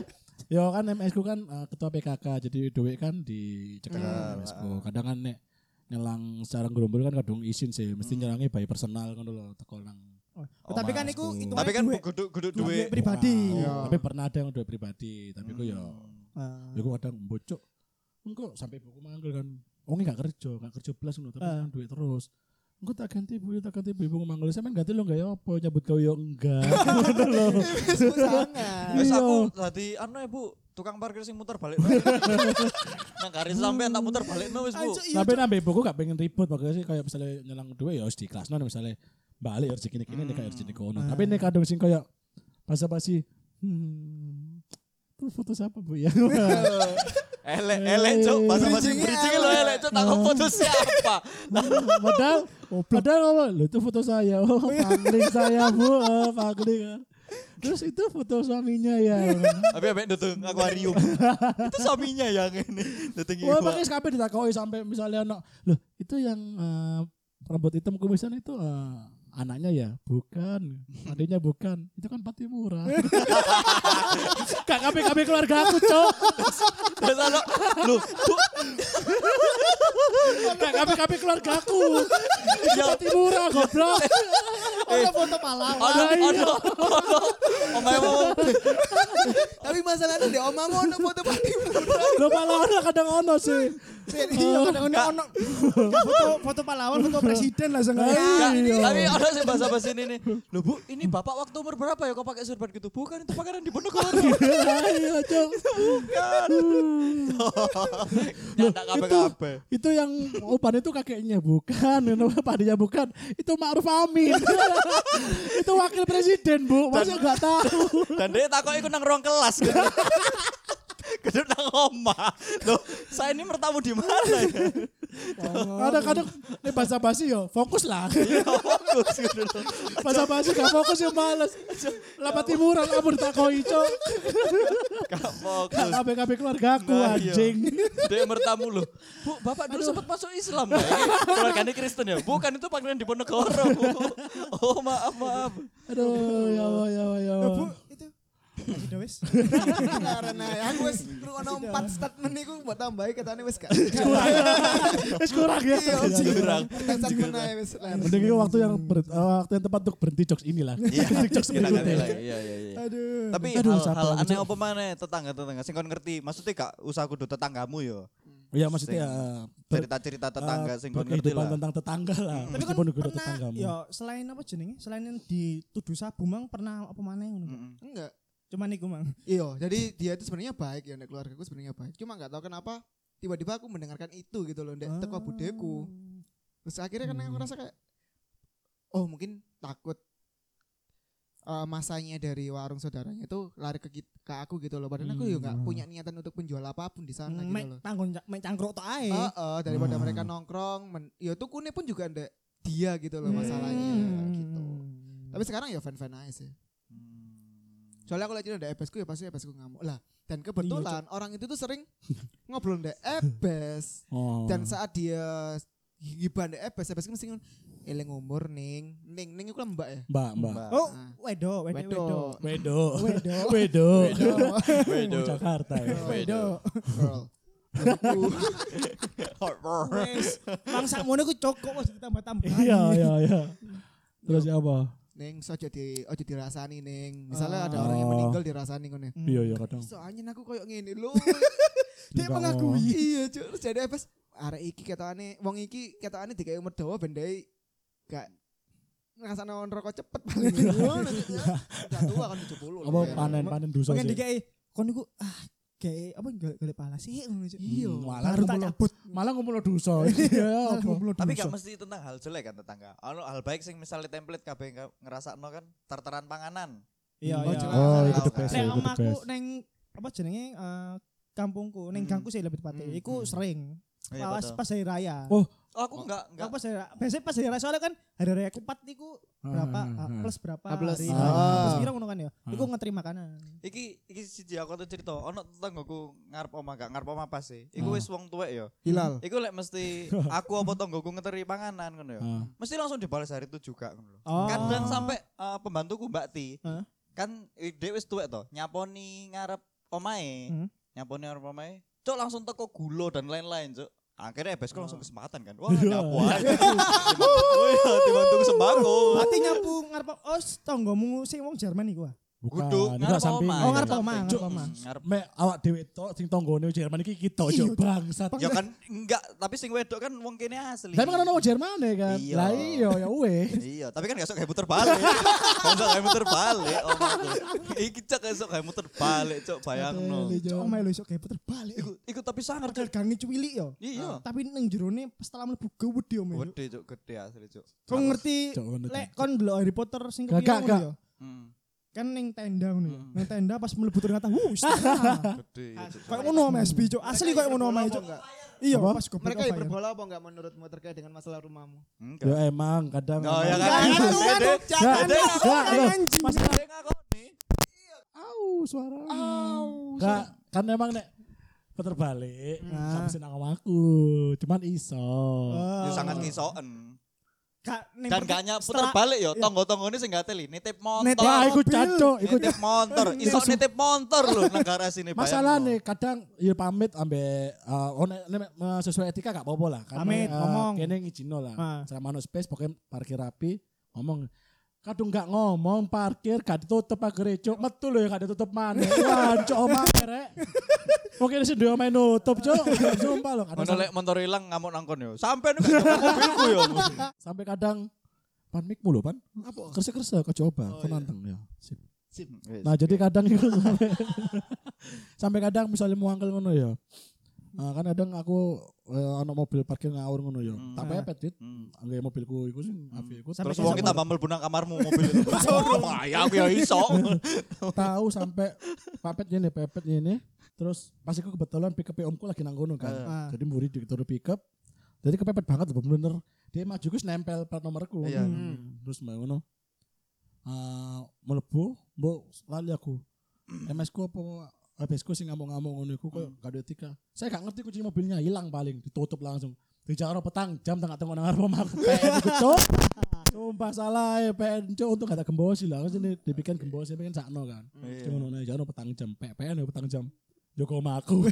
Speaker 1: Yo kan MS ku kan eh, ketua PKK jadi duit kan dicekal
Speaker 2: Hmm.
Speaker 1: MS ku. Kadang kan nek nyelang secara gerombol kan kadung izin sih mesti
Speaker 2: Hmm.
Speaker 1: nyelangi by personal kan lho teko nang
Speaker 3: Oh, tapi kan iku
Speaker 1: Omasku.
Speaker 3: itu
Speaker 2: Tapi kan guduk-guduk duit. Ya.
Speaker 3: duit pribadi.
Speaker 1: Wow.
Speaker 4: Iya.
Speaker 1: Tapi pernah ada yang udah pribadi, tapi gue ya,
Speaker 2: Hmm.
Speaker 3: Ah.
Speaker 1: ya gue kadang bocok. Engko sampai buku manggil kan, oh ini gak kerja, gak kerja belas ngono, tapi
Speaker 2: Hmm.
Speaker 3: Ah.
Speaker 1: kan duit terus. Engko tak ganti bu, tak ganti bu, buku manggil, sampean ganti lo gak ya apa, nyambut gawe yo enggak. Ngono lho.
Speaker 4: Sangat.
Speaker 2: Wis
Speaker 1: Iya.
Speaker 2: aku tadi anu ya Bu, tukang parkir sing muter balik. Nang garis sampean tak muter balik wis Bu.
Speaker 3: Anjuk, iya,
Speaker 1: Tapi nambe Nah, buku gak pengen ribut, makanya sih kayak misalnya nyelang duit ya harus dikelasno nih, misalnya balik ya harus gini gini, nih kayak harus gini kono. Tapi ini kadang sing kayak bahasa basi, hmm, itu foto siapa bu ya?
Speaker 2: Elek, elek cok, bahasa-bahasa bridging lo elek cok, tak foto siapa?
Speaker 1: padahal padahal ngomong lo itu foto saya oh pangling saya bu oh, pangling terus itu foto suaminya ya
Speaker 2: Tapi abek dateng akuarium. Itu suaminya ya, yang ini. Dateng
Speaker 1: wah
Speaker 2: iwa.
Speaker 1: pakai SKP ditakoi sampai misalnya anak lo itu yang eh, rambut hitam kumisan itu eh, anaknya ya bukan adiknya bukan itu kan Patimura kak kami kami keluarga aku cok
Speaker 2: Terus anak, lu, Bu,
Speaker 1: kak kami kami keluarga aku itu Patimura goblok
Speaker 2: eh,
Speaker 3: foto pahlawan.
Speaker 2: Ono, ono, ono. Omae ngomong,
Speaker 4: Tapi masalahnya di omamu ono foto patimu.
Speaker 1: lo malah ono kadang ono sih
Speaker 3: Iya, kadang-kadang
Speaker 2: Kak.
Speaker 3: ono foto foto pahlawan, foto presiden lah sengaja.
Speaker 2: Enggak,
Speaker 1: Iya.
Speaker 2: tapi ada sih bahasa bahasa ini nih. Loh bu, ini bapak waktu umur berapa ya kok pakai surban gitu? Bukan itu pakaian di Ponegoro.
Speaker 1: Iya, Cok.
Speaker 2: Nyata
Speaker 1: itu
Speaker 2: kabe-kabe.
Speaker 1: itu yang oban itu kakeknya bukan, yang nama padinya bukan. Itu Ma'ruf Amin. itu wakil presiden, Bu. Masa enggak tahu.
Speaker 2: Dan dia takut ikut nang ruang kelas. gitu. Gedut nang oma. Loh, saya ini bertamu di mana ya?
Speaker 1: Kadang-kadang ini bahasa basi yo, fokus lah.
Speaker 2: Fokus gitu loh.
Speaker 1: Bahasa basi gak fokus ya males. Lapa timuran kamu ditakoi, Cok.
Speaker 2: Gak
Speaker 1: Gak
Speaker 2: fokus.
Speaker 1: kabeh-kabeh keluarga aku
Speaker 2: Nah, iya.
Speaker 1: anjing.
Speaker 2: Dia bertamu loh. Bu, bapak dulu sempat masuk Islam. Mbak. Keluarganya Kristen ya? Bukan itu pakaian di Ponegoro. Bu. Oh maaf, maaf.
Speaker 1: Aduh, ya Allah, ya Allah, ya
Speaker 3: Ya,
Speaker 2: Nah,
Speaker 1: Allah.
Speaker 3: Bu, itu. Ya sudah wis.
Speaker 4: Karena aku wis ngrungokno empat statement niku buat tambahi katanya wis
Speaker 3: Iya,
Speaker 4: gak.
Speaker 1: Kurang. Wis kurang ya.
Speaker 4: Iya,
Speaker 1: ternyata.
Speaker 2: Jurang.
Speaker 4: Statement ae wis ler.
Speaker 1: Mending itu waktu yang ber, eh, waktu yang tepat untuk berhenti jokes inilah.
Speaker 2: Iya,
Speaker 1: jokes
Speaker 2: kita
Speaker 1: berikutnya.
Speaker 2: ganti lagi. Iya, iya, iya.
Speaker 3: Aduh.
Speaker 2: Tapi
Speaker 1: Aduh,
Speaker 2: hal,
Speaker 1: siapa
Speaker 2: hal
Speaker 1: lagi,
Speaker 2: aneh
Speaker 1: Cok?
Speaker 2: apa mana tetangga-tetangga sing kon ngerti. Maksudnya gak usah kudu tetanggamu yo.
Speaker 1: Iya maksudnya
Speaker 2: Sing-
Speaker 1: eh, ber-
Speaker 2: Cerita-cerita tetangga
Speaker 1: eh,
Speaker 2: sing kon ngerti
Speaker 1: berkehidupan
Speaker 2: lah. Hmm.
Speaker 1: tentang tetangga lah.
Speaker 3: Tapi kan
Speaker 1: Meskipun udah
Speaker 3: pernah,
Speaker 1: tetanggamu.
Speaker 3: ya selain apa jenenge? Selain yang dituduh sabu mang pernah apa maneh ngono.
Speaker 2: Mm-mm.
Speaker 4: Enggak.
Speaker 3: Cuman iku mang.
Speaker 4: Iya, jadi dia itu sebenarnya baik ya nek keluargaku sebenarnya baik. Cuma nggak tahu kenapa tiba-tiba aku mendengarkan itu gitu loh, ndek
Speaker 3: Ah.
Speaker 4: teko budeku. Terus akhirnya kan aku
Speaker 1: Hmm.
Speaker 4: rasa kayak oh mungkin takut eh, masanya dari warung saudaranya itu lari ke kit- ke aku gitu loh. Padahal aku
Speaker 1: Hmm.
Speaker 4: ya nggak punya niatan untuk menjual apapun di sana
Speaker 3: Hmm, Mek
Speaker 4: gitu loh. Oh,
Speaker 3: tanggung mek cangkruk tok ae.
Speaker 4: Heeh, daripada
Speaker 1: Ah.
Speaker 4: mereka nongkrong, men- ya tukune pun juga ndek dia gitu loh masalahnya
Speaker 3: Hmm.
Speaker 4: gitu. Tapi sekarang ya fan-fan aja sih.
Speaker 1: Hmm.
Speaker 4: Soalnya aku lihat ada ebesku ya pasti ebesku ngamuk lah. Dan kebetulan orang itu tuh sering ngobrol ndek ebes.
Speaker 1: Oh.
Speaker 4: Dan saat dia gibah ndek ebes, ebesku mesti ngomong, "Eleng umur ning, ning ning iku lah mbak ya."
Speaker 1: Mbak, Mbak.
Speaker 2: Mbak.
Speaker 3: Oh,
Speaker 4: Ah.
Speaker 3: wedo, wedo,
Speaker 4: Wedo.
Speaker 3: wedo.
Speaker 1: Wedo.
Speaker 3: Wedo.
Speaker 1: Wedo.
Speaker 2: Wedo.
Speaker 1: Orang Jakarta ya.
Speaker 3: Wedo.
Speaker 4: Girl. Aku,
Speaker 3: Wes, Mang sakmono ku cokok wis ditambah-tambah.
Speaker 1: Iya, iya, iya. Terus ya apa?
Speaker 4: Neng, so jadi ojo dirasani neng. Misalnya ada
Speaker 1: Oh.
Speaker 4: orang yang meninggal dirasani ngene.
Speaker 1: Iya iya kadang.
Speaker 2: Hmm.
Speaker 4: So anjen aku koyo ngene lho.
Speaker 1: Dia
Speaker 4: Mengakui. Iya, Cuk. Terus Jadi apa? Arek iki ketokane wong iki ketokane digawe umur dawa ben dhewe gak ngrasakno rokok cepet paling. Ngono, Cuk, ya. Udah tua kan 70.
Speaker 1: Iya. Apa
Speaker 4: lho.
Speaker 1: panen panen dosa
Speaker 3: Pengen
Speaker 1: sih.
Speaker 3: dikei kon niku ah kayak apa golek golek pala sih ngono Cuk.
Speaker 1: Iya. Malah
Speaker 3: Baru tak
Speaker 1: ngumpul-
Speaker 3: cabut.
Speaker 1: Malah ngumpul dosa. Iya apa?
Speaker 2: Tapi gak mesti tentang hal jelek kan tetangga. Ono hal baik sing misalnya template kabeh nggak ngerasakno kan tartaran panganan.
Speaker 3: Iya
Speaker 4: Oh,
Speaker 3: iya.
Speaker 4: jelas.
Speaker 1: Oh,
Speaker 2: Tahu
Speaker 1: itu the
Speaker 2: kan?
Speaker 1: best.
Speaker 3: Nek
Speaker 1: itu the
Speaker 3: omahku
Speaker 1: best.
Speaker 3: neng apa jenenge eh, kampungku neng
Speaker 2: Hmm.
Speaker 3: gangku sih lebih tepatnya.
Speaker 2: Hmm,
Speaker 3: Iku
Speaker 2: hmm.
Speaker 3: sering.
Speaker 2: Iya,
Speaker 3: Pas
Speaker 2: padahal.
Speaker 3: pas hari raya.
Speaker 1: Oh,
Speaker 2: Oh, aku enggak enggak.
Speaker 3: Aku pas hari raya. Biasanya pas hari raya soalnya kan hari raya kupat niku berapa
Speaker 1: Ah, ah,
Speaker 3: ah,
Speaker 1: ah.
Speaker 3: plus berapa
Speaker 4: Ah, plus.
Speaker 3: hari
Speaker 1: Ah.
Speaker 3: Terus kira ngono kan ya. Iku ngetri makanan.
Speaker 2: Iki iki siji aku tuh cerita, ono tetanggoku ngarep omah gak ngarep omah pas sih. Iku
Speaker 3: Hmm.
Speaker 1: Ah.
Speaker 2: wis wong tuwek ya.
Speaker 4: Hilal.
Speaker 2: Iku lek mesti aku apa tanggoku ngeteri panganan ngono ya.
Speaker 1: Ah.
Speaker 2: Mesti langsung dibales hari itu juga ngono lho.
Speaker 3: Hmm. Oh.
Speaker 2: Kadang sampai eh, pembantuku Mbak Ti,
Speaker 3: Hah?
Speaker 2: kan eh, dia wis tuwek to, nyaponi ngarep omahe.
Speaker 3: Hmm.
Speaker 2: Nyaponi ngarep omahe. Cok langsung teko gulo dan lain-lain, Cok. Akhirnya besok langsung kesempatan kan. Wah,
Speaker 1: Iya.
Speaker 2: nyapu ae. Wah, dibantu sembako.
Speaker 3: Berarti nyapu ngarep os tanggamu sing wong Jerman iku. ah.
Speaker 1: Bukan,
Speaker 2: Guduk,
Speaker 1: ini
Speaker 2: ngarep
Speaker 1: samping.
Speaker 2: omah.
Speaker 3: Oh ngarep
Speaker 2: Samping. Hmm,
Speaker 3: omah, ngarep
Speaker 1: Cuk.
Speaker 3: omah.
Speaker 2: Ngarep
Speaker 1: Mek awak dhewe tok sing tanggane Jerman iki kita yo
Speaker 3: Iya, Cuk.
Speaker 1: bangsat.
Speaker 2: Ya kan enggak, tapi sing wedok kan wong kene asli.
Speaker 1: Tapi
Speaker 3: Oh,
Speaker 1: kan ono wong Jerman kan.
Speaker 2: Iya.
Speaker 1: Lah iya ya weh.
Speaker 2: Iya, tapi kan esok kayak muter balik. Esok kayak muter balik. Oh, Iki cok esok kayak muter balik, cok bayangno.
Speaker 3: Cuk, Omahe lho iso gawe puter balik.
Speaker 2: Iku iku tapi sangar
Speaker 3: Padahal
Speaker 2: cok.
Speaker 3: gange cuwilik yo. Ah,
Speaker 2: Iya.
Speaker 3: Tapi neng jerone setelah mlebu gede omahe. Cuk.
Speaker 2: Gede cok, gede asli cok.
Speaker 3: Kau ngerti
Speaker 1: Cok, ngono, Cuk.
Speaker 3: lek kon ndelok Harry Potter sing
Speaker 1: Gak,
Speaker 3: kepiro
Speaker 1: gak, gak.
Speaker 3: ngono yo.
Speaker 2: Hmm,
Speaker 3: Kan ning tenda ngono. yo.
Speaker 2: Hmm.
Speaker 3: Ning tenda pas mlebu ternyata wush.
Speaker 2: Gede ya cok.
Speaker 3: Kayak ngono sama SB Cuk. Asli kayak ngono sama Cok. Iya, pas goblok
Speaker 4: Mereka
Speaker 3: apa ya.
Speaker 4: hiperbola apa enggak menurutmu terkait dengan masalah rumahmu?
Speaker 2: Enggak.
Speaker 1: Ya emang kadang.
Speaker 2: Oh ya kan.
Speaker 3: Jangan,
Speaker 2: Dede,
Speaker 3: jangan,
Speaker 2: dede,
Speaker 1: jangan,
Speaker 2: dede,
Speaker 1: jangan,
Speaker 2: aku
Speaker 1: jangan,
Speaker 2: nih.
Speaker 3: kan anjing.
Speaker 2: Mas dede ngakoni.
Speaker 1: Au suara. Enggak, kan emang nek puter balik
Speaker 3: Ah.
Speaker 1: sampe sing nang aku. Cuman iso.
Speaker 2: Ya
Speaker 3: Oh.
Speaker 2: sangat ngisoen.
Speaker 3: Gak, ning
Speaker 2: Dan
Speaker 3: per-
Speaker 2: gak nyapu
Speaker 3: setelah-
Speaker 2: puter balik yo, tonggo-tonggone sing gak teli nitip
Speaker 3: Nitip.
Speaker 1: Wah,
Speaker 2: motor.
Speaker 1: Iya. ah, iku
Speaker 3: mobil.
Speaker 1: cacok, iku Iya,
Speaker 2: Nitip motor, iso nitip motor lho nang garasi ini
Speaker 1: masalah
Speaker 2: bayangno.
Speaker 1: nih kadang ya pamit ambe uh, oh, nek- nek- nek- sesuai etika gak apa-apa lah karena eh,
Speaker 3: Pamit, ngomong.
Speaker 1: kene ngijino lah
Speaker 3: Ah.
Speaker 1: sama no space pokoknya parkir rapi ngomong kadung gak ngomong parkir gak ditutup agere cuk metu lho ya gak ditutup maneh wah cuk omah rek mungkin sih dia main nutup cuk sumpah lho kadang
Speaker 2: Ono lek motor ilang ngamuk nang kon yo. Sampai nek gak nyoba mobilku yo.
Speaker 1: sampai kadang pan mik mulu pan
Speaker 4: Apa?
Speaker 1: kerja kerja kau
Speaker 2: Oh,
Speaker 1: coba kau
Speaker 4: iya.
Speaker 1: nanteng ya Sip. Nah jadi kadang itu sampai sampai kadang misalnya mau angkel ngono ya. Nah, kan kadang aku eh, ana mobil parkir ngawur ngono ya.
Speaker 2: Hmm.
Speaker 1: Tak pepet dit.
Speaker 2: Hmm.
Speaker 1: Angge mobilku iku sing api iku
Speaker 2: Terus
Speaker 1: tak-
Speaker 2: wong kita tambah mlebu nang kamarmu mobil itu. Wah, ya aku ya iso.
Speaker 1: tahu sampai pepet ini pepet ini. Terus pas iku kebetulan pick up omku lagi nang kono kan.
Speaker 3: Ah.
Speaker 1: Jadi muri ditaruh pick up. Jadi kepepet banget bener-bener. Dia maju kus nempel plat nomorku.
Speaker 2: Iya.
Speaker 1: Hmm. Terus mbak ngono. Eh, melebu, mbok lali aku. MS ku apa HPS ku sing ngamuk-ngamuk ngono iku koyo gak ada etika. Saya gak ngerti kunci mobilnya hilang paling ditutup langsung. Dijarah petang jam tengah tengah nangar rumah aku. PN iku, Cuk. Sumpah salah ya PN cuk untuk gak ada gembosi lah. Kan sini dibikin gembosi pengen sakno kan.
Speaker 2: Iya.
Speaker 1: Cuma ngono jarah petang jam P- PN ya petang jam. Joko sama aku.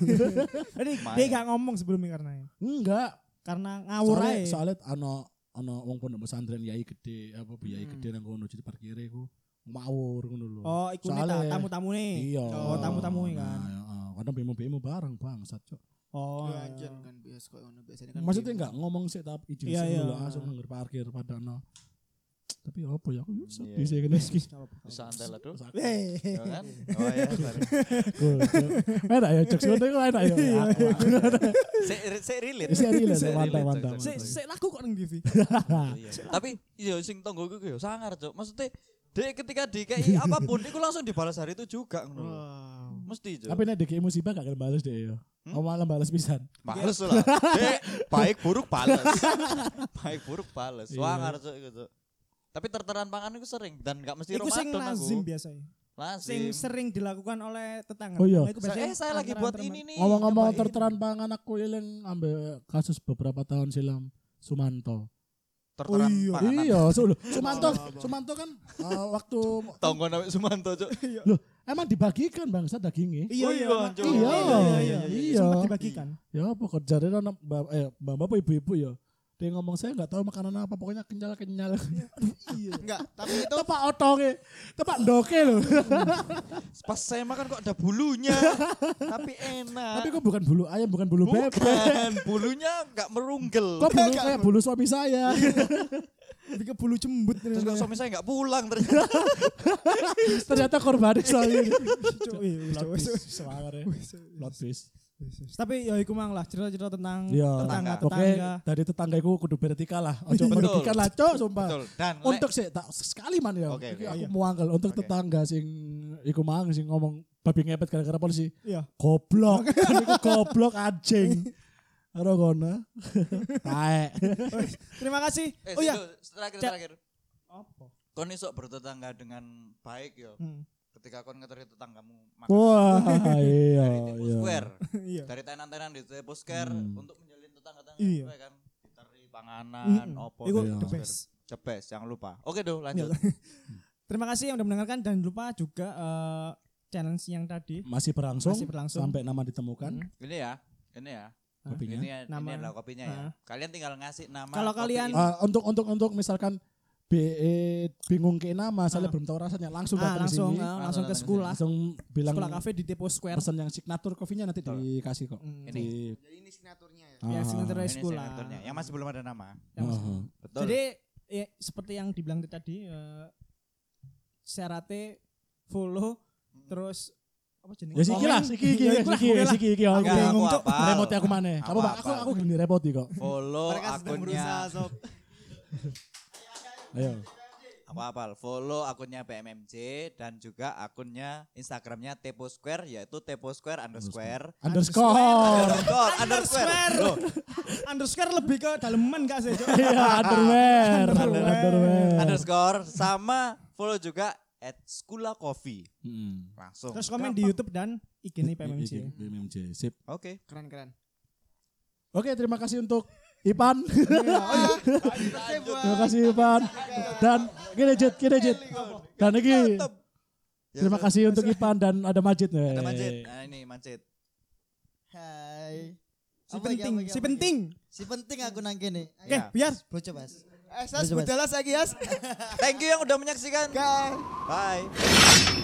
Speaker 3: Jadi
Speaker 2: Main.
Speaker 3: dia gak ngomong sebelumnya karena
Speaker 1: Enggak,
Speaker 3: karena ngawur
Speaker 1: soalnya,
Speaker 3: ae.
Speaker 1: soalnya ano ano wong pondok pesantren yai gede apa bu yai gede nang kono jadi parkire iku ngawur ngono lho.
Speaker 3: Oh, iku nih
Speaker 1: Soalnya-
Speaker 3: tamu-tamu nih.
Speaker 1: iya.
Speaker 3: Oh, tamu-tamu
Speaker 1: Nah,
Speaker 3: kan.
Speaker 1: ya, ah, kadang bemo-bemo bareng bangsat cok.
Speaker 3: Oh.
Speaker 4: Ya, anjen kan biasa koyo ngono biasanya kan.
Speaker 1: iya. Maksudnya enggak ngomong sih tapi izin
Speaker 3: Iya,
Speaker 1: sih
Speaker 3: iya.
Speaker 1: lho langsung nang parkir pada no. Tapi apa ya aku yuk,
Speaker 2: Iya.
Speaker 1: sedih sih kene iki.
Speaker 2: Santai lah tuh.
Speaker 1: Sakit,
Speaker 3: Hei.
Speaker 2: Ya kan? Oh ya.
Speaker 1: Cok. Enak ya jokes ngono iku enak ya.
Speaker 2: Sik sik relate.
Speaker 1: Sik relate,
Speaker 2: Sik
Speaker 1: mantap,
Speaker 2: relate, Cok,
Speaker 1: mantap,
Speaker 2: Cok.
Speaker 3: Sik sik laku kok ning TV.
Speaker 2: Iya. Tapi iya sing tonggo iku yo sangar, Cuk. Maksudnya dia ketika dikei apapun iku langsung dibalas hari itu juga ngono. lho.
Speaker 3: Oh.
Speaker 4: Wow.
Speaker 2: Mesti, Cuk.
Speaker 1: Tapi nek dikei musibah gak gelem bales deh ya.
Speaker 2: Hmm?
Speaker 1: Oh malah bales pisan.
Speaker 2: Males lah. Dek, baik buruk bales. baik buruk bales.
Speaker 1: Iya.
Speaker 2: Wah, ngarep iku, Cuk. Tapi terteran pangan itu sering dan gak mesti
Speaker 3: Iku sing
Speaker 2: Ramadan
Speaker 3: lazim
Speaker 2: aku.
Speaker 3: biasanya.
Speaker 2: Lazim.
Speaker 3: Sing sering dilakukan oleh tetangga.
Speaker 1: Oh iya.
Speaker 3: Nah, iku
Speaker 2: Saya,
Speaker 3: biasanya
Speaker 2: eh, saya lagi buat
Speaker 3: antara-antara-
Speaker 2: ini
Speaker 1: Oh,
Speaker 2: nih.
Speaker 1: Ngomong-ngomong
Speaker 3: nyobain.
Speaker 1: terteran pangan aku eling ambil kasus beberapa tahun silam Sumanto.
Speaker 2: terteran
Speaker 3: Oh iya.
Speaker 2: panganan.
Speaker 1: Iya, so, lho, Sumanto, Sumanto kan eh, waktu
Speaker 2: Tonggo namanya Sumanto, Cuk.
Speaker 1: loh emang dibagikan bangsa dagingnya.
Speaker 3: Iya
Speaker 2: Oh
Speaker 3: iya.
Speaker 2: iya,
Speaker 3: Pak.
Speaker 2: Cuk.
Speaker 3: Iya iya iya.
Speaker 1: Iya.
Speaker 3: Sempat dibagikan.
Speaker 1: kan Ya apa kerjane ana mbak eh mbak-mbak ibu-ibu ya. Dia ngomong saya nggak tahu makanan apa, pokoknya kenyal kenyal. iya.
Speaker 4: Enggak, tapi itu
Speaker 1: Tepak otonge, tepak doke loh.
Speaker 2: Pas saya makan kok ada bulunya. tapi enak.
Speaker 1: Tapi kok bukan bulu ayam, bukan bulu bebek.
Speaker 2: Bukan, bulunya nggak merunggel.
Speaker 1: Kok bulu kayak bulu suami saya.
Speaker 3: Tapi ke bulu jembut
Speaker 2: Terus kok
Speaker 3: ternyata.
Speaker 2: suami saya nggak pulang
Speaker 3: Iya.
Speaker 2: ternyata.
Speaker 1: Ternyata korban soalnya.
Speaker 3: Cuk, iya, wis,
Speaker 1: Plot
Speaker 3: wis,
Speaker 1: twist,
Speaker 3: wis,
Speaker 1: semangat ya.
Speaker 3: wis,
Speaker 1: Plot twist.
Speaker 3: wis, wis. Tapi ya iku mang lah cerita-cerita tentang
Speaker 1: Iya.
Speaker 3: Hmm. tetangga tetangga.
Speaker 1: Pokoknya dari tetanggaku kudu bertika lah. Ojo
Speaker 2: Betul.
Speaker 1: merugikan lah, cok, sumpah.
Speaker 2: Betul. Dan lek-
Speaker 1: Untuk sih, tak sekali man ya.
Speaker 2: Oke,
Speaker 1: Iki
Speaker 2: oke.
Speaker 1: Aku
Speaker 3: Iya.
Speaker 1: muangkel untuk
Speaker 2: Oke.
Speaker 1: tetangga sing iku mang sing ngomong babi ngepet gara-gara polisi.
Speaker 3: Iya.
Speaker 1: Goblok. Kan Iku goblok anjing. Karo kono. Taek.
Speaker 3: Terima kasih.
Speaker 2: eh,
Speaker 3: Oh iya.
Speaker 2: situ, terakhir
Speaker 3: Cak.
Speaker 2: terakhir. Kon iso bertetangga dengan baik ya.
Speaker 3: Hmm,
Speaker 2: Ketika kon ngeteri tetanggamu makan
Speaker 3: Oh,
Speaker 1: Wah, iya,
Speaker 2: dari Tempo
Speaker 1: iya.
Speaker 2: Square,
Speaker 3: Iya.
Speaker 2: dari tenan-tenan di Tempo Square
Speaker 1: Hmm.
Speaker 2: untuk menjalin tetangga-tetangga
Speaker 3: Iya.
Speaker 2: gue kan. Diteri panganan,
Speaker 3: Mm-mm.
Speaker 2: opo.
Speaker 3: Hmm. Iku
Speaker 2: dari
Speaker 1: Iya.
Speaker 3: the
Speaker 2: Tempo Square.
Speaker 3: best. Iya.
Speaker 2: The best, jangan lupa. Oke do, lanjut.
Speaker 3: Terima kasih yang udah mendengarkan dan lupa juga eh, challenge yang tadi.
Speaker 1: Masih berlangsung,
Speaker 3: Masih berlangsung.
Speaker 1: sampai nama ditemukan.
Speaker 3: Hmm.
Speaker 2: Ini ya, ini ya.
Speaker 1: Kopinya.
Speaker 2: Ini, ya, ini
Speaker 3: Nama.
Speaker 2: adalah kopinya ya.
Speaker 3: Ah.
Speaker 2: Kalian tinggal ngasih nama.
Speaker 3: Kalau
Speaker 2: kopi
Speaker 3: kalian-
Speaker 2: ini.
Speaker 1: Ah, untuk untuk untuk misalkan BE bingung ke nama, saya
Speaker 3: Ah.
Speaker 1: belum tahu rasanya langsung
Speaker 3: Ah,
Speaker 1: datang ke
Speaker 3: langsung
Speaker 1: sini.
Speaker 3: eh, langsung ke
Speaker 2: Langsung
Speaker 3: sekolah.
Speaker 1: langsung bilang
Speaker 3: Sekolah kafe di Depo Square.
Speaker 1: pesan yang signature kopinya nanti
Speaker 2: Betul.
Speaker 1: dikasih kok.
Speaker 3: Hmm.
Speaker 2: Ini.
Speaker 1: Di-
Speaker 4: jadi ini signaturnya ya.
Speaker 3: Ya,
Speaker 1: Ah.
Speaker 3: signature
Speaker 2: Ini
Speaker 3: sekolah.
Speaker 2: signaturnya, Yang masih belum ada nama.
Speaker 3: Yang masih-
Speaker 1: Ah.
Speaker 2: Betul.
Speaker 3: Ya. Jadi ya, seperti yang dibilang tadi eh syaratnya follow terus apa jenenge?
Speaker 1: Ya siki lah,
Speaker 3: Komen.
Speaker 1: siki iki,
Speaker 3: Ya,
Speaker 1: siki
Speaker 3: iku lah,
Speaker 1: iki,
Speaker 3: boleh lah.
Speaker 1: siki iki. aku
Speaker 2: Enggak,
Speaker 1: bingung.
Speaker 2: aku
Speaker 3: Cok.
Speaker 2: apal.
Speaker 1: Repoti aku mana? Kamu Pak, aku
Speaker 2: apal.
Speaker 1: aku gini repoti kok.
Speaker 2: follow
Speaker 4: Mereka sedang
Speaker 2: akunnya
Speaker 4: berusaha sob.
Speaker 1: Ayo.
Speaker 2: apa apal follow akunnya PMMJ dan juga akunnya Instagramnya Tepo Square yaitu Tepo Square underscore
Speaker 1: Underscore.
Speaker 2: underscore undersquare
Speaker 3: Underscore.
Speaker 2: Loh,
Speaker 3: Underscore lebih ke daleman gak sih? Cok?
Speaker 1: Iya, underwear.
Speaker 3: Underwear.
Speaker 1: Underwear.
Speaker 2: underscore sama follow juga at Skula Coffee
Speaker 1: Mm.
Speaker 2: langsung
Speaker 3: Terus komen di
Speaker 2: Gampang.
Speaker 3: YouTube dan IG nih PMMC.
Speaker 1: Iki, PMMJ. Sip.
Speaker 2: oke
Speaker 4: Keren-keren.
Speaker 1: Oke, terima kasih untuk Ipan. terima
Speaker 4: Terima
Speaker 1: kasih Ipan. Dan gini Jit, gini Jit. Dan iki
Speaker 2: Mantap. Ya,
Speaker 1: terima
Speaker 2: sudah.
Speaker 1: kasih untuk Ipan dan ada Majid.
Speaker 2: ada mancit nah, ini mancit
Speaker 5: Hai.
Speaker 3: Si
Speaker 5: Apa iki,
Speaker 3: penting,
Speaker 5: apa iki,
Speaker 3: si
Speaker 5: apa iki?
Speaker 3: penting.
Speaker 5: Si penting aku nang kene.
Speaker 3: Oke,
Speaker 2: Ya.
Speaker 3: biar.
Speaker 5: Bojo, Mas.
Speaker 4: Eh, Sas, budalas lagi, Yas.
Speaker 2: thank you yang udah menyaksikan
Speaker 4: Guys.
Speaker 2: bye